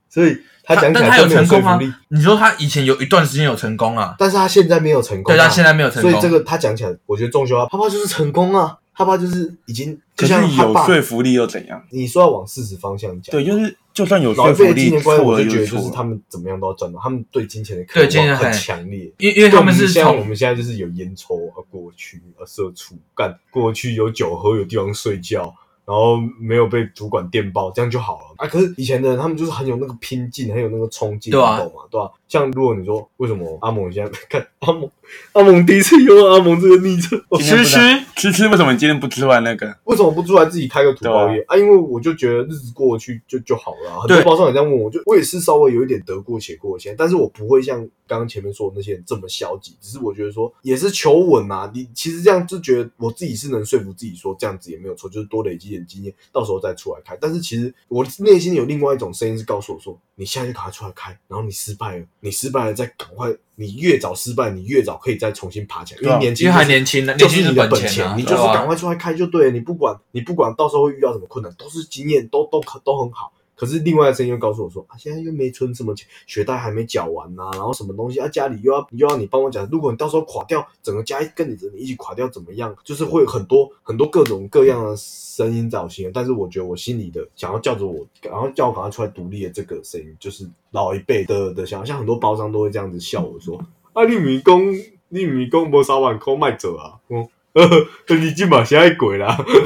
Speaker 6: 所以他
Speaker 3: 他
Speaker 6: 讲起
Speaker 3: 但他
Speaker 6: 来就
Speaker 3: 有
Speaker 6: 没有
Speaker 3: 成
Speaker 6: 说
Speaker 3: 功啊
Speaker 6: 服力。！
Speaker 3: 你说他以前有一段时间有成功啊，
Speaker 6: 但是他现在没有成功啊，
Speaker 3: 对，但现在没有成
Speaker 6: 所
Speaker 3: 功。
Speaker 6: 以这个他讲起来，我觉得仲修啊，他爸就是成功啊，他爸就是已经
Speaker 2: 可
Speaker 6: 就是像他
Speaker 2: 有
Speaker 6: 爸，
Speaker 2: 说服力又怎样？
Speaker 6: 你说要往事实方向讲，
Speaker 2: 对，就是就算有说
Speaker 6: 老一
Speaker 2: 服
Speaker 6: 辈的金
Speaker 2: 力，
Speaker 6: 钱观，
Speaker 2: 错
Speaker 6: 我
Speaker 2: 了
Speaker 6: 就觉
Speaker 2: 又
Speaker 6: 得就是
Speaker 2: 错
Speaker 6: 他
Speaker 2: 了。
Speaker 6: 们怎么样都要赚到，他们对金钱的渴
Speaker 3: 对金钱
Speaker 6: 望很
Speaker 3: 很
Speaker 6: 强烈。
Speaker 3: 因因为他们是
Speaker 6: 像我
Speaker 3: 从
Speaker 6: 们现在就是有烟抽啊，过去啊，社畜干过去有酒喝，有地方睡觉，然后没有被主管电报，这样就好了啊。可是以前的人他们就是很有那个拼劲，很有那个冲劲，
Speaker 3: 对啊
Speaker 6: 你懂吗？对吧、像如果你说为什么阿蒙现在 看阿蒙，阿蒙第一次用到阿蒙这个昵称，哦我
Speaker 2: 今天不
Speaker 6: 吃吃
Speaker 2: 吃吃吃，为什么你今天不吃完那个？
Speaker 6: 为什么不出来自己开个土包业啊因为我就觉得日子过去就就好了啊、很多
Speaker 2: 对
Speaker 6: 包商也这样问我，就我也是稍微有一点得过且过先，但是我不会像刚刚前面说的那些人这么消极，只是我觉得说也是求稳啊。你其实这样就觉得我自己是能说服自己说这样子也没有错，就是多累积点经验，到时候再出来开。但是其实我内心有另外一种声音是告诉我说，你现在就赶快出来开，然后你失败了，你失败了再赶快，你越早失败，你越早可以再重新爬起来，因
Speaker 2: 对
Speaker 6: 为
Speaker 2: 啊
Speaker 6: 年轻、
Speaker 3: 因为还年轻呢，
Speaker 6: 就
Speaker 3: 年轻
Speaker 6: 是你的
Speaker 3: 本
Speaker 6: 本
Speaker 3: 啊，
Speaker 6: 你就
Speaker 3: 对
Speaker 6: 是
Speaker 3: 吧
Speaker 6: 赶快出来开就对了，你不管你不管到时候会遇到什么困难，都是经验，都都可都很好。可是另外的声音又告诉我说啊，现在又没存什么钱，学贷还没缴完呐、然后什么东西啊，家里又要又要你帮我讲，如果你到时候垮掉，整个家跟你整个一起垮掉怎么样？就是会有很多很多各种各样的声音在我心里，但是我觉得我心里的想要叫着我，然后叫我赶快出来独立的这个声音，就是老一辈的的想法，像很多包商都会这样子笑我说，啊，你迷宫，你迷宫无三万块卖走啊，我。 呃，你进马狭隘鬼啦！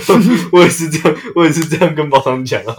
Speaker 6: 我也是这样，我也是这样跟包商讲啊，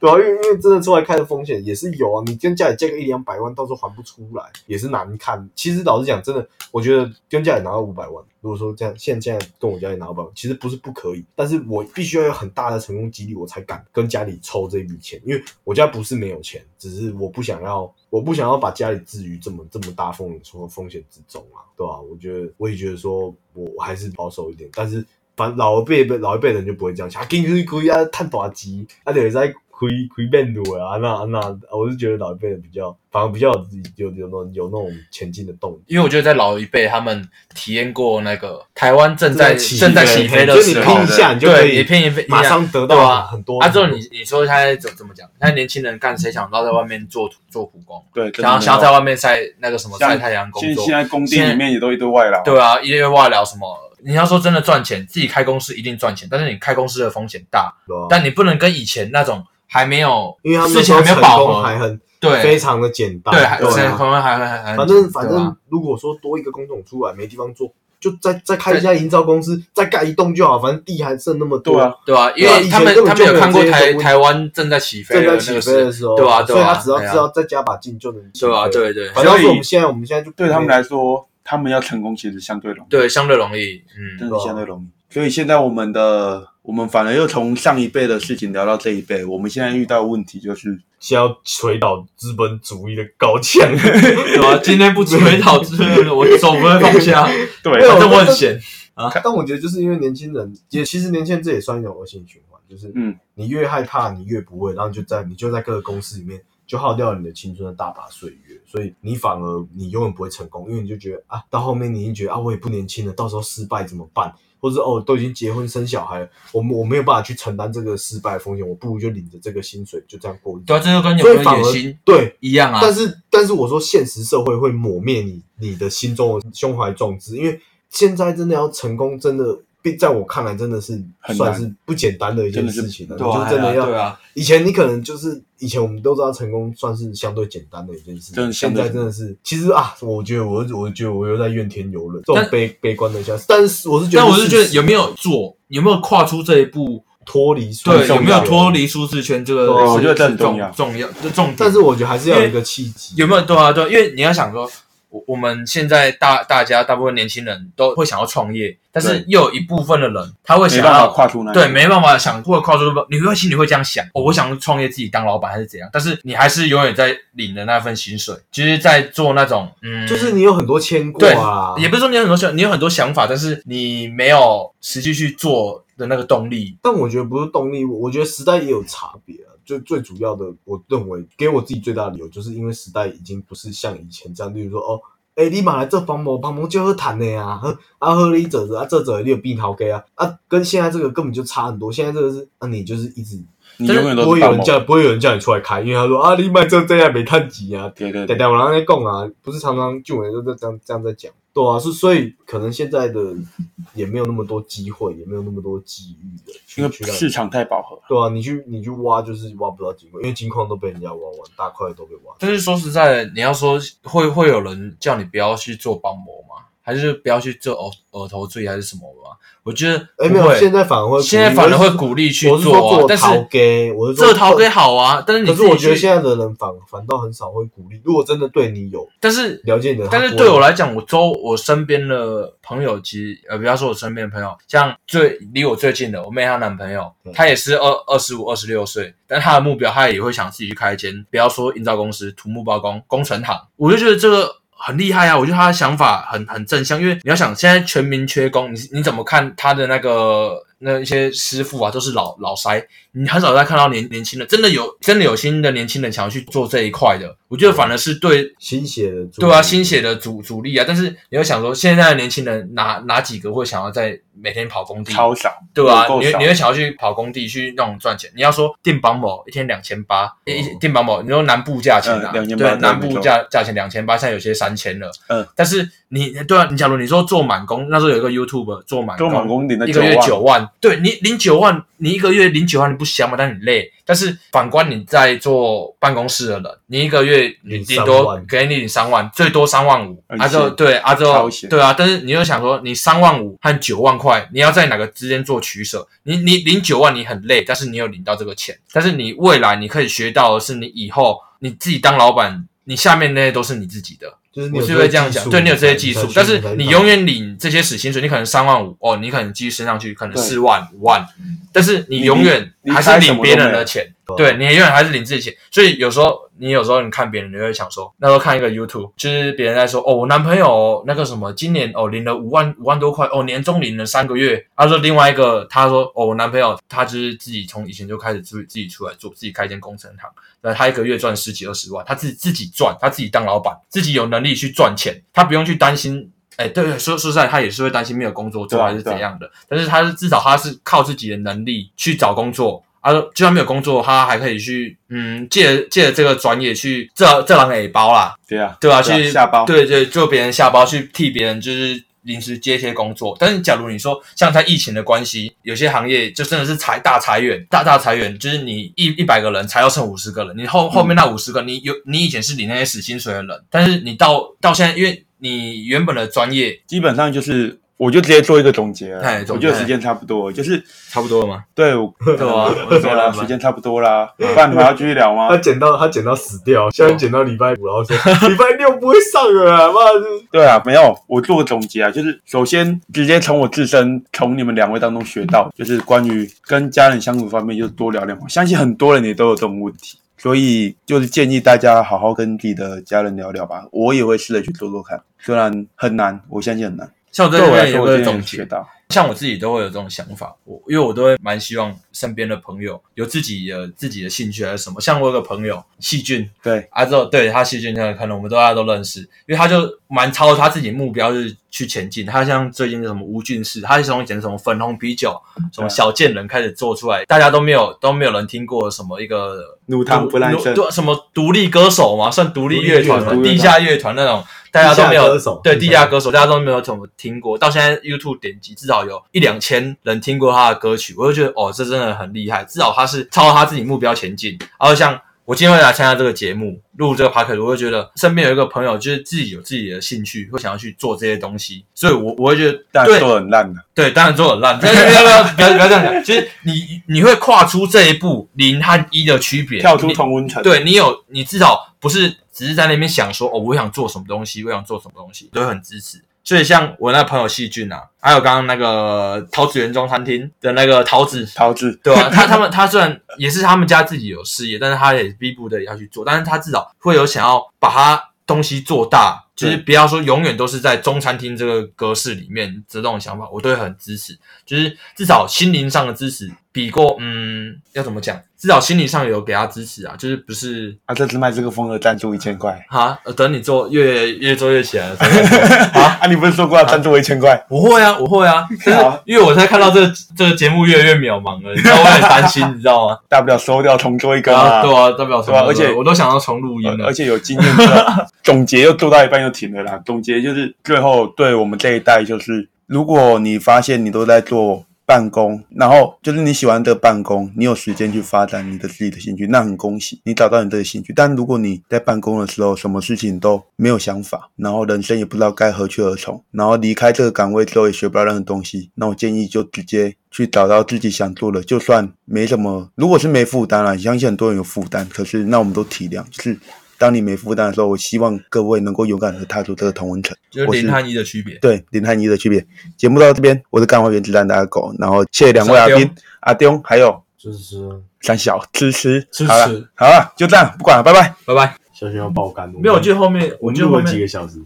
Speaker 6: 对啊，因为因为真的出来开的风险也是有啊，你跟家里借个一两百万，到时候还不出来也是难看。其实老实讲，真的，我觉得跟家里拿到五百万，如果说这样现现在跟我家里拿五百万，其实不是不可以，但是我必须要有很大的成功几率，我才敢跟家里抽这笔钱，因为我家不是没有钱，只是我不想要，我不想要把家里置于这么这么大风说风险之中啊，对吧、我觉得我也觉得说我我还是保守一点，但是反正老一辈老一辈人就不会这样想，啊，今日亏啊，探大钱，啊，就是在亏亏变路啊，那那，我是觉得老一辈人比较，反而比较有有有那种有那种前进的动力。
Speaker 3: 因为我觉得在老一辈他们体验过那个台湾正在正
Speaker 6: 正
Speaker 3: 在
Speaker 6: 在
Speaker 3: 起
Speaker 6: 起
Speaker 3: 飞
Speaker 6: 飞
Speaker 3: 的
Speaker 6: 就你
Speaker 3: 时候，
Speaker 6: 拼一下你就可
Speaker 3: 对，
Speaker 6: 以
Speaker 3: 你拼一拼一下
Speaker 6: 马上得到
Speaker 3: 对啊
Speaker 6: 很多
Speaker 3: 啊，之后你你说现在怎怎么讲？现在年轻人干谁想到在外面做做苦工，
Speaker 2: 对，
Speaker 3: 想要想要在外面晒那个什么
Speaker 2: 像
Speaker 3: 晒太阳工
Speaker 2: 现
Speaker 3: 作
Speaker 2: 现，在工地
Speaker 3: 现在
Speaker 2: 里面也都一堆外劳，
Speaker 3: 对啊，一月外聊什么？你要说真的赚钱，自己开公司一定赚钱，但是你开公司的风险大，
Speaker 6: 对吧
Speaker 3: 但你不能跟以前那种还没有
Speaker 6: 因为他们
Speaker 3: 事情还没有
Speaker 6: 成
Speaker 3: 饱
Speaker 6: 功还
Speaker 3: 和，
Speaker 6: 很非
Speaker 3: 对
Speaker 6: 常的简单，
Speaker 3: 对，还
Speaker 6: 啊
Speaker 3: 是可能还还还
Speaker 6: 反正反
Speaker 3: 对啊
Speaker 6: 正，如果说多一个工种出来没地方做，就再再开一家营造公司，再盖一栋就好，反正地还剩那么多。
Speaker 2: 对啊，
Speaker 3: 对吧？因
Speaker 6: 对啊
Speaker 3: 为
Speaker 6: 以前
Speaker 3: 他们
Speaker 6: 根
Speaker 3: 他
Speaker 6: 本
Speaker 3: 们
Speaker 6: 就没有
Speaker 3: 看过
Speaker 6: 这些
Speaker 3: 台
Speaker 6: 东西
Speaker 3: 台湾正在起飞
Speaker 6: 正
Speaker 3: 的
Speaker 6: 在
Speaker 3: 那
Speaker 6: 起
Speaker 3: 个
Speaker 6: 飞的
Speaker 3: 时
Speaker 6: 时候，
Speaker 3: 对啊对
Speaker 6: 所以
Speaker 3: 啊
Speaker 6: 他只要
Speaker 3: 对啊
Speaker 6: 只要再加把劲就能起飞
Speaker 3: 对吧？。啊对对
Speaker 6: 反正
Speaker 2: 所以
Speaker 6: 是我们现在我们现在就
Speaker 2: 对他们来说，他们要成功其实相对容易，
Speaker 3: 对，相对容易，嗯，
Speaker 2: 真的相对容易。所以现在我们的我们反而又从上一辈的事情聊到这一辈，我们现在遇到的问题就是
Speaker 6: 先要锤倒资本主义的高墙，
Speaker 3: 对啊，今天不吹倒之后，我手不会放下，
Speaker 2: 对
Speaker 6: 没有
Speaker 3: 反正我很闲，
Speaker 6: 但我觉得就是因为年轻人，也其实年轻人这也算一种恶性循环，就是
Speaker 2: 嗯，
Speaker 6: 你越害怕，你越不会，然后你就在你就在各个公司里面就耗掉了你的青春的大把岁月，所以你反而你永远不会成功，因为你就觉得啊，到后面你已经觉得啊，我也不年轻了，到时候失败怎么办？或者哦，都已经结婚生小孩了，我我没有办法去承担这个失败的风险，我不如就领着这个薪水就这样过日
Speaker 3: 对啊，
Speaker 6: 子。
Speaker 3: 这就跟有
Speaker 6: 所
Speaker 3: 没
Speaker 6: 以
Speaker 3: 有
Speaker 6: 反
Speaker 3: 野
Speaker 6: 而
Speaker 3: 心
Speaker 6: 对
Speaker 3: 一样啊，
Speaker 6: 但是但是我说现实社会会抹灭你你的心中的胸怀壮志，因为现在真的要成功，真的并在我看来真的是
Speaker 2: 很难
Speaker 6: 算是不简单的一
Speaker 2: 真
Speaker 6: 件
Speaker 2: 的是
Speaker 6: 事情了，
Speaker 3: 对啊
Speaker 6: 就真的要。
Speaker 3: 对啊，
Speaker 6: 以前你可能就是以前我们都知道成功算是相对简单的一件事
Speaker 2: 真的
Speaker 6: 情，
Speaker 2: 相
Speaker 6: 现
Speaker 2: 对
Speaker 6: 在真的是其实啊，我觉得我我觉得我又在怨天尤人，这种
Speaker 3: 但
Speaker 6: 悲悲观的一下，但是我是觉得，
Speaker 3: 但我是觉得有没有做，有没有跨出这一步，
Speaker 6: 脱离舒
Speaker 3: 对，
Speaker 6: 适圈
Speaker 3: 有没有脱？离舒适圈，这个
Speaker 6: 对啊
Speaker 3: 是
Speaker 2: 我觉得这很
Speaker 3: 是
Speaker 2: 重
Speaker 3: 重
Speaker 2: 要
Speaker 3: 重要这重点。
Speaker 6: 但是我觉得还是要有一个契机，
Speaker 3: 有没有对啊对啊，因为你要想说，我我们现在大大家大部分年轻人都会想要创业，但是
Speaker 2: 对
Speaker 3: 又有一部分的人他会
Speaker 2: 没
Speaker 3: 想
Speaker 2: 办法
Speaker 3: 要
Speaker 2: 跨出那一
Speaker 3: 对，
Speaker 2: 步
Speaker 3: 没办法想或者跨出这步，你会心里会这样想，哦，我想创业自己当老板还是怎样，但是你还是永远在领的那份薪水，就是在做那种嗯，
Speaker 6: 就是你有很多牵挂啊，
Speaker 3: 也不是说你有很多想，你有很多想法，但是你没有实际去做的那个动力。
Speaker 6: 但我觉得不是动力，我我觉得时代也有差别啊。就最主要的，我认为给我自己最大的理由，就是因为时代已经不是像以前这样，例如说哦，哎、你买来这房某房某就会谈的呀，呵啊呵你这这啊这这你有病好给啊啊，跟现在这个根本就差很多。现在这个是啊，你就是一直
Speaker 2: 你永远
Speaker 6: 不
Speaker 2: 都是
Speaker 6: 会有
Speaker 2: 大
Speaker 6: 人
Speaker 2: 毛。
Speaker 6: 叫不会有人叫你出来开，因为他说啊，你买这这样没探及啊，
Speaker 2: 对对
Speaker 6: 对
Speaker 2: 对，
Speaker 6: 对，我刚才讲啊，不是常常俊伟都在这样这样在讲，对啊，是所以可能现在的也没有那么多机会，也没有那么多机遇的，去
Speaker 2: 因为
Speaker 6: 去让
Speaker 2: 市场太饱和了。
Speaker 6: 对啊，你去你去挖就是挖不到金矿，因为金矿都被人家挖完，大块都被挖。
Speaker 3: 但是说实在的，你要说会会有人叫你不要去做帮模吗？还是不要去做耳耳头坠还是什么吗？我觉得
Speaker 6: 哎，
Speaker 3: 不
Speaker 6: 没有，
Speaker 3: 会
Speaker 6: 现在反而会，
Speaker 3: 现在反而会鼓励去
Speaker 6: 我是说
Speaker 3: 啊
Speaker 6: 做
Speaker 3: 但是
Speaker 6: 陶给，我是说
Speaker 3: 这陶给，好啊，但是你
Speaker 6: 可是
Speaker 3: 自己
Speaker 6: 我觉得
Speaker 3: 去
Speaker 6: 现在的人反反倒很少会鼓励。如果真的对你有
Speaker 3: 但是
Speaker 6: 了解你的，
Speaker 3: 但是
Speaker 6: 他不会
Speaker 3: 对我来讲，我周我身边的朋友，其实呃，比方说我身边的朋友，像最离我最近的我妹她男朋友，
Speaker 6: 嗯
Speaker 3: 他也是二二十五、二十六岁，但他的目标他也会想自己去开一间，不要说营造公司、土木包工、工程行，我就觉得这个。很厉害啊！我觉得他的想法很很正向，因为你要想，现在全民缺工，你你怎么看他的那个那一些师傅啊，都是老老塞，你很少再看到年年轻人，真的有真的有新的年轻人想要去做这一块的。我觉得反而是对
Speaker 6: 新血的助力，
Speaker 3: 对啊，新血的主主力啊，但是你要想说，现在的年轻人哪哪几个会想要在每天跑工地？
Speaker 2: 超少，
Speaker 3: 对啊，
Speaker 2: 不够
Speaker 3: 你
Speaker 2: 少
Speaker 3: 你会想要去跑工地去那种赚钱？你要说电绑某一天两千八，一一电绑某，你说南部价钱啊，
Speaker 2: 哦嗯2800
Speaker 3: 对，
Speaker 2: 对
Speaker 3: 南
Speaker 2: 没
Speaker 3: 部
Speaker 2: 错
Speaker 3: 价价钱两千八，现在有些三千了。
Speaker 2: 嗯，
Speaker 3: 但是你对啊，你假如你说做满工，那时候有一个 YouTube 做满
Speaker 2: 跟满工顶的
Speaker 3: 一
Speaker 2: 九
Speaker 3: 个月
Speaker 2: 万，
Speaker 3: 九万，对你领九万，你一个月领九万，你不香吗？但你累。但是反观你在做办公室的人，你一个月月领顶多给你领三万，最多三万五，
Speaker 2: 很
Speaker 3: 啊之后
Speaker 2: 闲
Speaker 3: 对啊之
Speaker 2: 超
Speaker 3: 后
Speaker 2: 闲
Speaker 3: 对啊，但是你又想说，你三万五和九万块，你要在哪个之间做取舍？你你领九万你很累，但是你有领到这个钱，但是你未来你可以学到的是，你以后你自己当老板，你下面那些都是你自己的。
Speaker 6: 就是你
Speaker 3: 我
Speaker 6: 有
Speaker 3: 是
Speaker 6: 这
Speaker 3: 会
Speaker 6: 些
Speaker 3: 这样讲，
Speaker 6: 技
Speaker 3: 对你有这些技术，但是你永
Speaker 6: 远。
Speaker 3: 远领这些死薪水，你可能三万五哦，你可能继续升上去，可能四万五万，但是你永远
Speaker 2: 你
Speaker 3: 还
Speaker 2: 你
Speaker 3: 是
Speaker 2: 开什
Speaker 3: 领
Speaker 2: 么
Speaker 3: 别
Speaker 2: 都
Speaker 3: 人
Speaker 2: 没有
Speaker 3: 的钱，对你永远还是领自己钱。所以有时候你有时候你看别人，你会想说，那时候看一个 YouTube，就是别人在说哦，我男朋友那个什么，今年哦领了五万五万多块，哦年终领了三个月。他说另外一个，他说哦我男朋友他就是自己从以前就开始自己自己出来做，自己开一间工程行。那他一个月赚十几二十万，他自己自己赚，他自己当老板，自己有能力去赚钱，他不用去担心。哎，对对，说说实在，他也是会担心没有工作做
Speaker 2: 对啊
Speaker 3: 还是怎样的，但是他是至少他是靠自己的能力去找工作。啊，就算没有工作，他还可以去，嗯，借借这个专业去这这狼尾包啦，
Speaker 2: 对啊，
Speaker 3: 对吧、
Speaker 2: 对啊
Speaker 3: 去
Speaker 2: 下包
Speaker 3: 对对，做别人下包，去替别人就是临时接一些工作。但是假如你说像在疫情的关系，有些行业就真的是裁大裁员，大大裁员，就是你一一百个人裁到剩五十个人，你
Speaker 2: 嗯
Speaker 3: 后后面那五十个，你有你以前是领那些死薪水的人，但是你到到现在，因为你原本的专业
Speaker 2: 基本上就是，我就直接做一个总结了
Speaker 3: 哎。
Speaker 2: 我
Speaker 3: 总结
Speaker 2: 觉得时间差不多了，就是
Speaker 3: 差不多了嘛，
Speaker 2: 对，我
Speaker 3: 对啊吧、
Speaker 2: 对 啦，时间差不多啦，不然你们还要继续聊吗
Speaker 6: 他？剪到他剪到死掉，现在剪到礼拜五，然 后说礼拜六不会上了啦，妈的！
Speaker 2: 对啊，没有，我做个总结啊，就是首先直接从我自身，从你们两位当中学到，就是关于跟家人相处方面，就多聊聊嘛。相信很多人也都有这种问题，所以就是建议大家好好跟自己的家人聊聊吧。我也会试着去做做看，虽然很难，我相信很难。
Speaker 3: 像我
Speaker 2: 对
Speaker 3: 这
Speaker 2: 我来
Speaker 3: 边
Speaker 2: 说，
Speaker 3: 有
Speaker 2: 我
Speaker 3: 个
Speaker 2: 今天
Speaker 3: 总
Speaker 2: 也
Speaker 3: 结
Speaker 2: 学，到。
Speaker 3: 像我自己都会有这种想法，我因为我都会蛮希望身边的朋友有自己的自己的兴趣还是什么。像我有个朋友细菌，
Speaker 2: 对
Speaker 3: 啊之后对他细菌可能我们都大家都认识，因为他就蛮超他自己目标就是去前进。他像最近什么无菌室，他是从以前什么粉红啤酒、什么小贱人开始做出来，大家都没有都没有人听过什么一个
Speaker 2: 乳糖不耐症
Speaker 3: 对什么独立歌手嘛，算独立乐团嘛，
Speaker 2: 独立乐团
Speaker 3: 地下乐团那种，大家都没
Speaker 6: 地下
Speaker 3: 有
Speaker 6: 歌手
Speaker 3: 对
Speaker 6: 地
Speaker 3: 地
Speaker 6: 下
Speaker 3: 下歌手，大家都没有怎么听过。到现在 YouTube 点击至少有一两千人听过他的歌曲，我就觉得哦，这真的很厉害。至少他是朝他自己目标前进。然后像我今天会来参加这个节目，录这个 p o d c a s 我会觉得身边有一个朋友就是自己有自己的兴趣，会想要去做这些东西，所以我我会觉得
Speaker 2: 但
Speaker 3: 对
Speaker 2: 做得很烂的，
Speaker 3: 对，当然做很烂，但 是不要不要不要不要这样讲，就是你你会跨出这一步零和一的区别，
Speaker 2: 跳出
Speaker 3: 你
Speaker 2: 同温层。
Speaker 3: 对你有，你至少不是只是在那边想说哦，我想做什么东西，我想做什么东西，都会很支持。所以像我那朋友细菌啊，还有刚刚那个桃子园中餐厅的那个桃子，
Speaker 2: 桃子，
Speaker 3: 对吧、 他他们他虽然也是他们家自己有事业，但是他也逼不得已要去做，但是他至少会有想要把他东西做大，就是不要说永远都是在中餐厅这个格式里面这种想法，我都会很支持。就是至少心灵上的支持比过嗯要怎么讲，至少心灵上有给他支持啊，就是不是
Speaker 2: 啊，这次卖这个风格赞助一千块
Speaker 3: 啊，呃等你做越越做越起来了。
Speaker 2: 啊！啊，你不是说过要赞助我一千块？
Speaker 3: 我会啊，我会啊，但是因为我在看到这这个节目越来越渺茫了，你知道我很担心，你知道吗？
Speaker 2: 大不了收掉，重做一个
Speaker 3: 啊，
Speaker 2: 嘛。
Speaker 3: 对啊啊，代表什么？
Speaker 2: 对啊而且
Speaker 3: 我都想要重录音
Speaker 2: 呃
Speaker 3: 了，
Speaker 2: 而且有经验之后，总结又做到一半又停了啦。总结就是最后对我们这一代就是，如果你发现你都在做办公，然后就是你喜欢的办公，你有时间去发展你的自己的兴趣，那很恭喜你找到你的兴趣。但如果你在办公的时候什么事情都没有想法，然后人生也不知道该何去何从，然后离开这个岗位之后也学不到任何东西，那我建议就直接去找到自己想做的，就算没什么，如果是没负担啦，相信很多人有负担，可是那我们都体谅，就是当你没负担的时候，我希望各位能够勇敢的踏出这个同温层。
Speaker 3: 就是
Speaker 2: 我是
Speaker 3: 零和一的区别。
Speaker 2: 对零和一的区别。节目到这边，我是干花原子弹的阿狗，然后谢谢两位
Speaker 3: 阿
Speaker 2: 来
Speaker 3: 丢
Speaker 2: 宾阿丢，还有
Speaker 6: 就是
Speaker 2: 三小支持，
Speaker 6: 支持
Speaker 2: 好了，好了，就这样，不管了，拜拜。
Speaker 3: 拜拜。
Speaker 6: 小轩要爆肝，
Speaker 3: 没有，我记得后面，
Speaker 6: 我
Speaker 3: 我
Speaker 6: 们
Speaker 3: 记得
Speaker 6: 录
Speaker 3: 后
Speaker 6: 了几
Speaker 3: 面
Speaker 6: 个小时。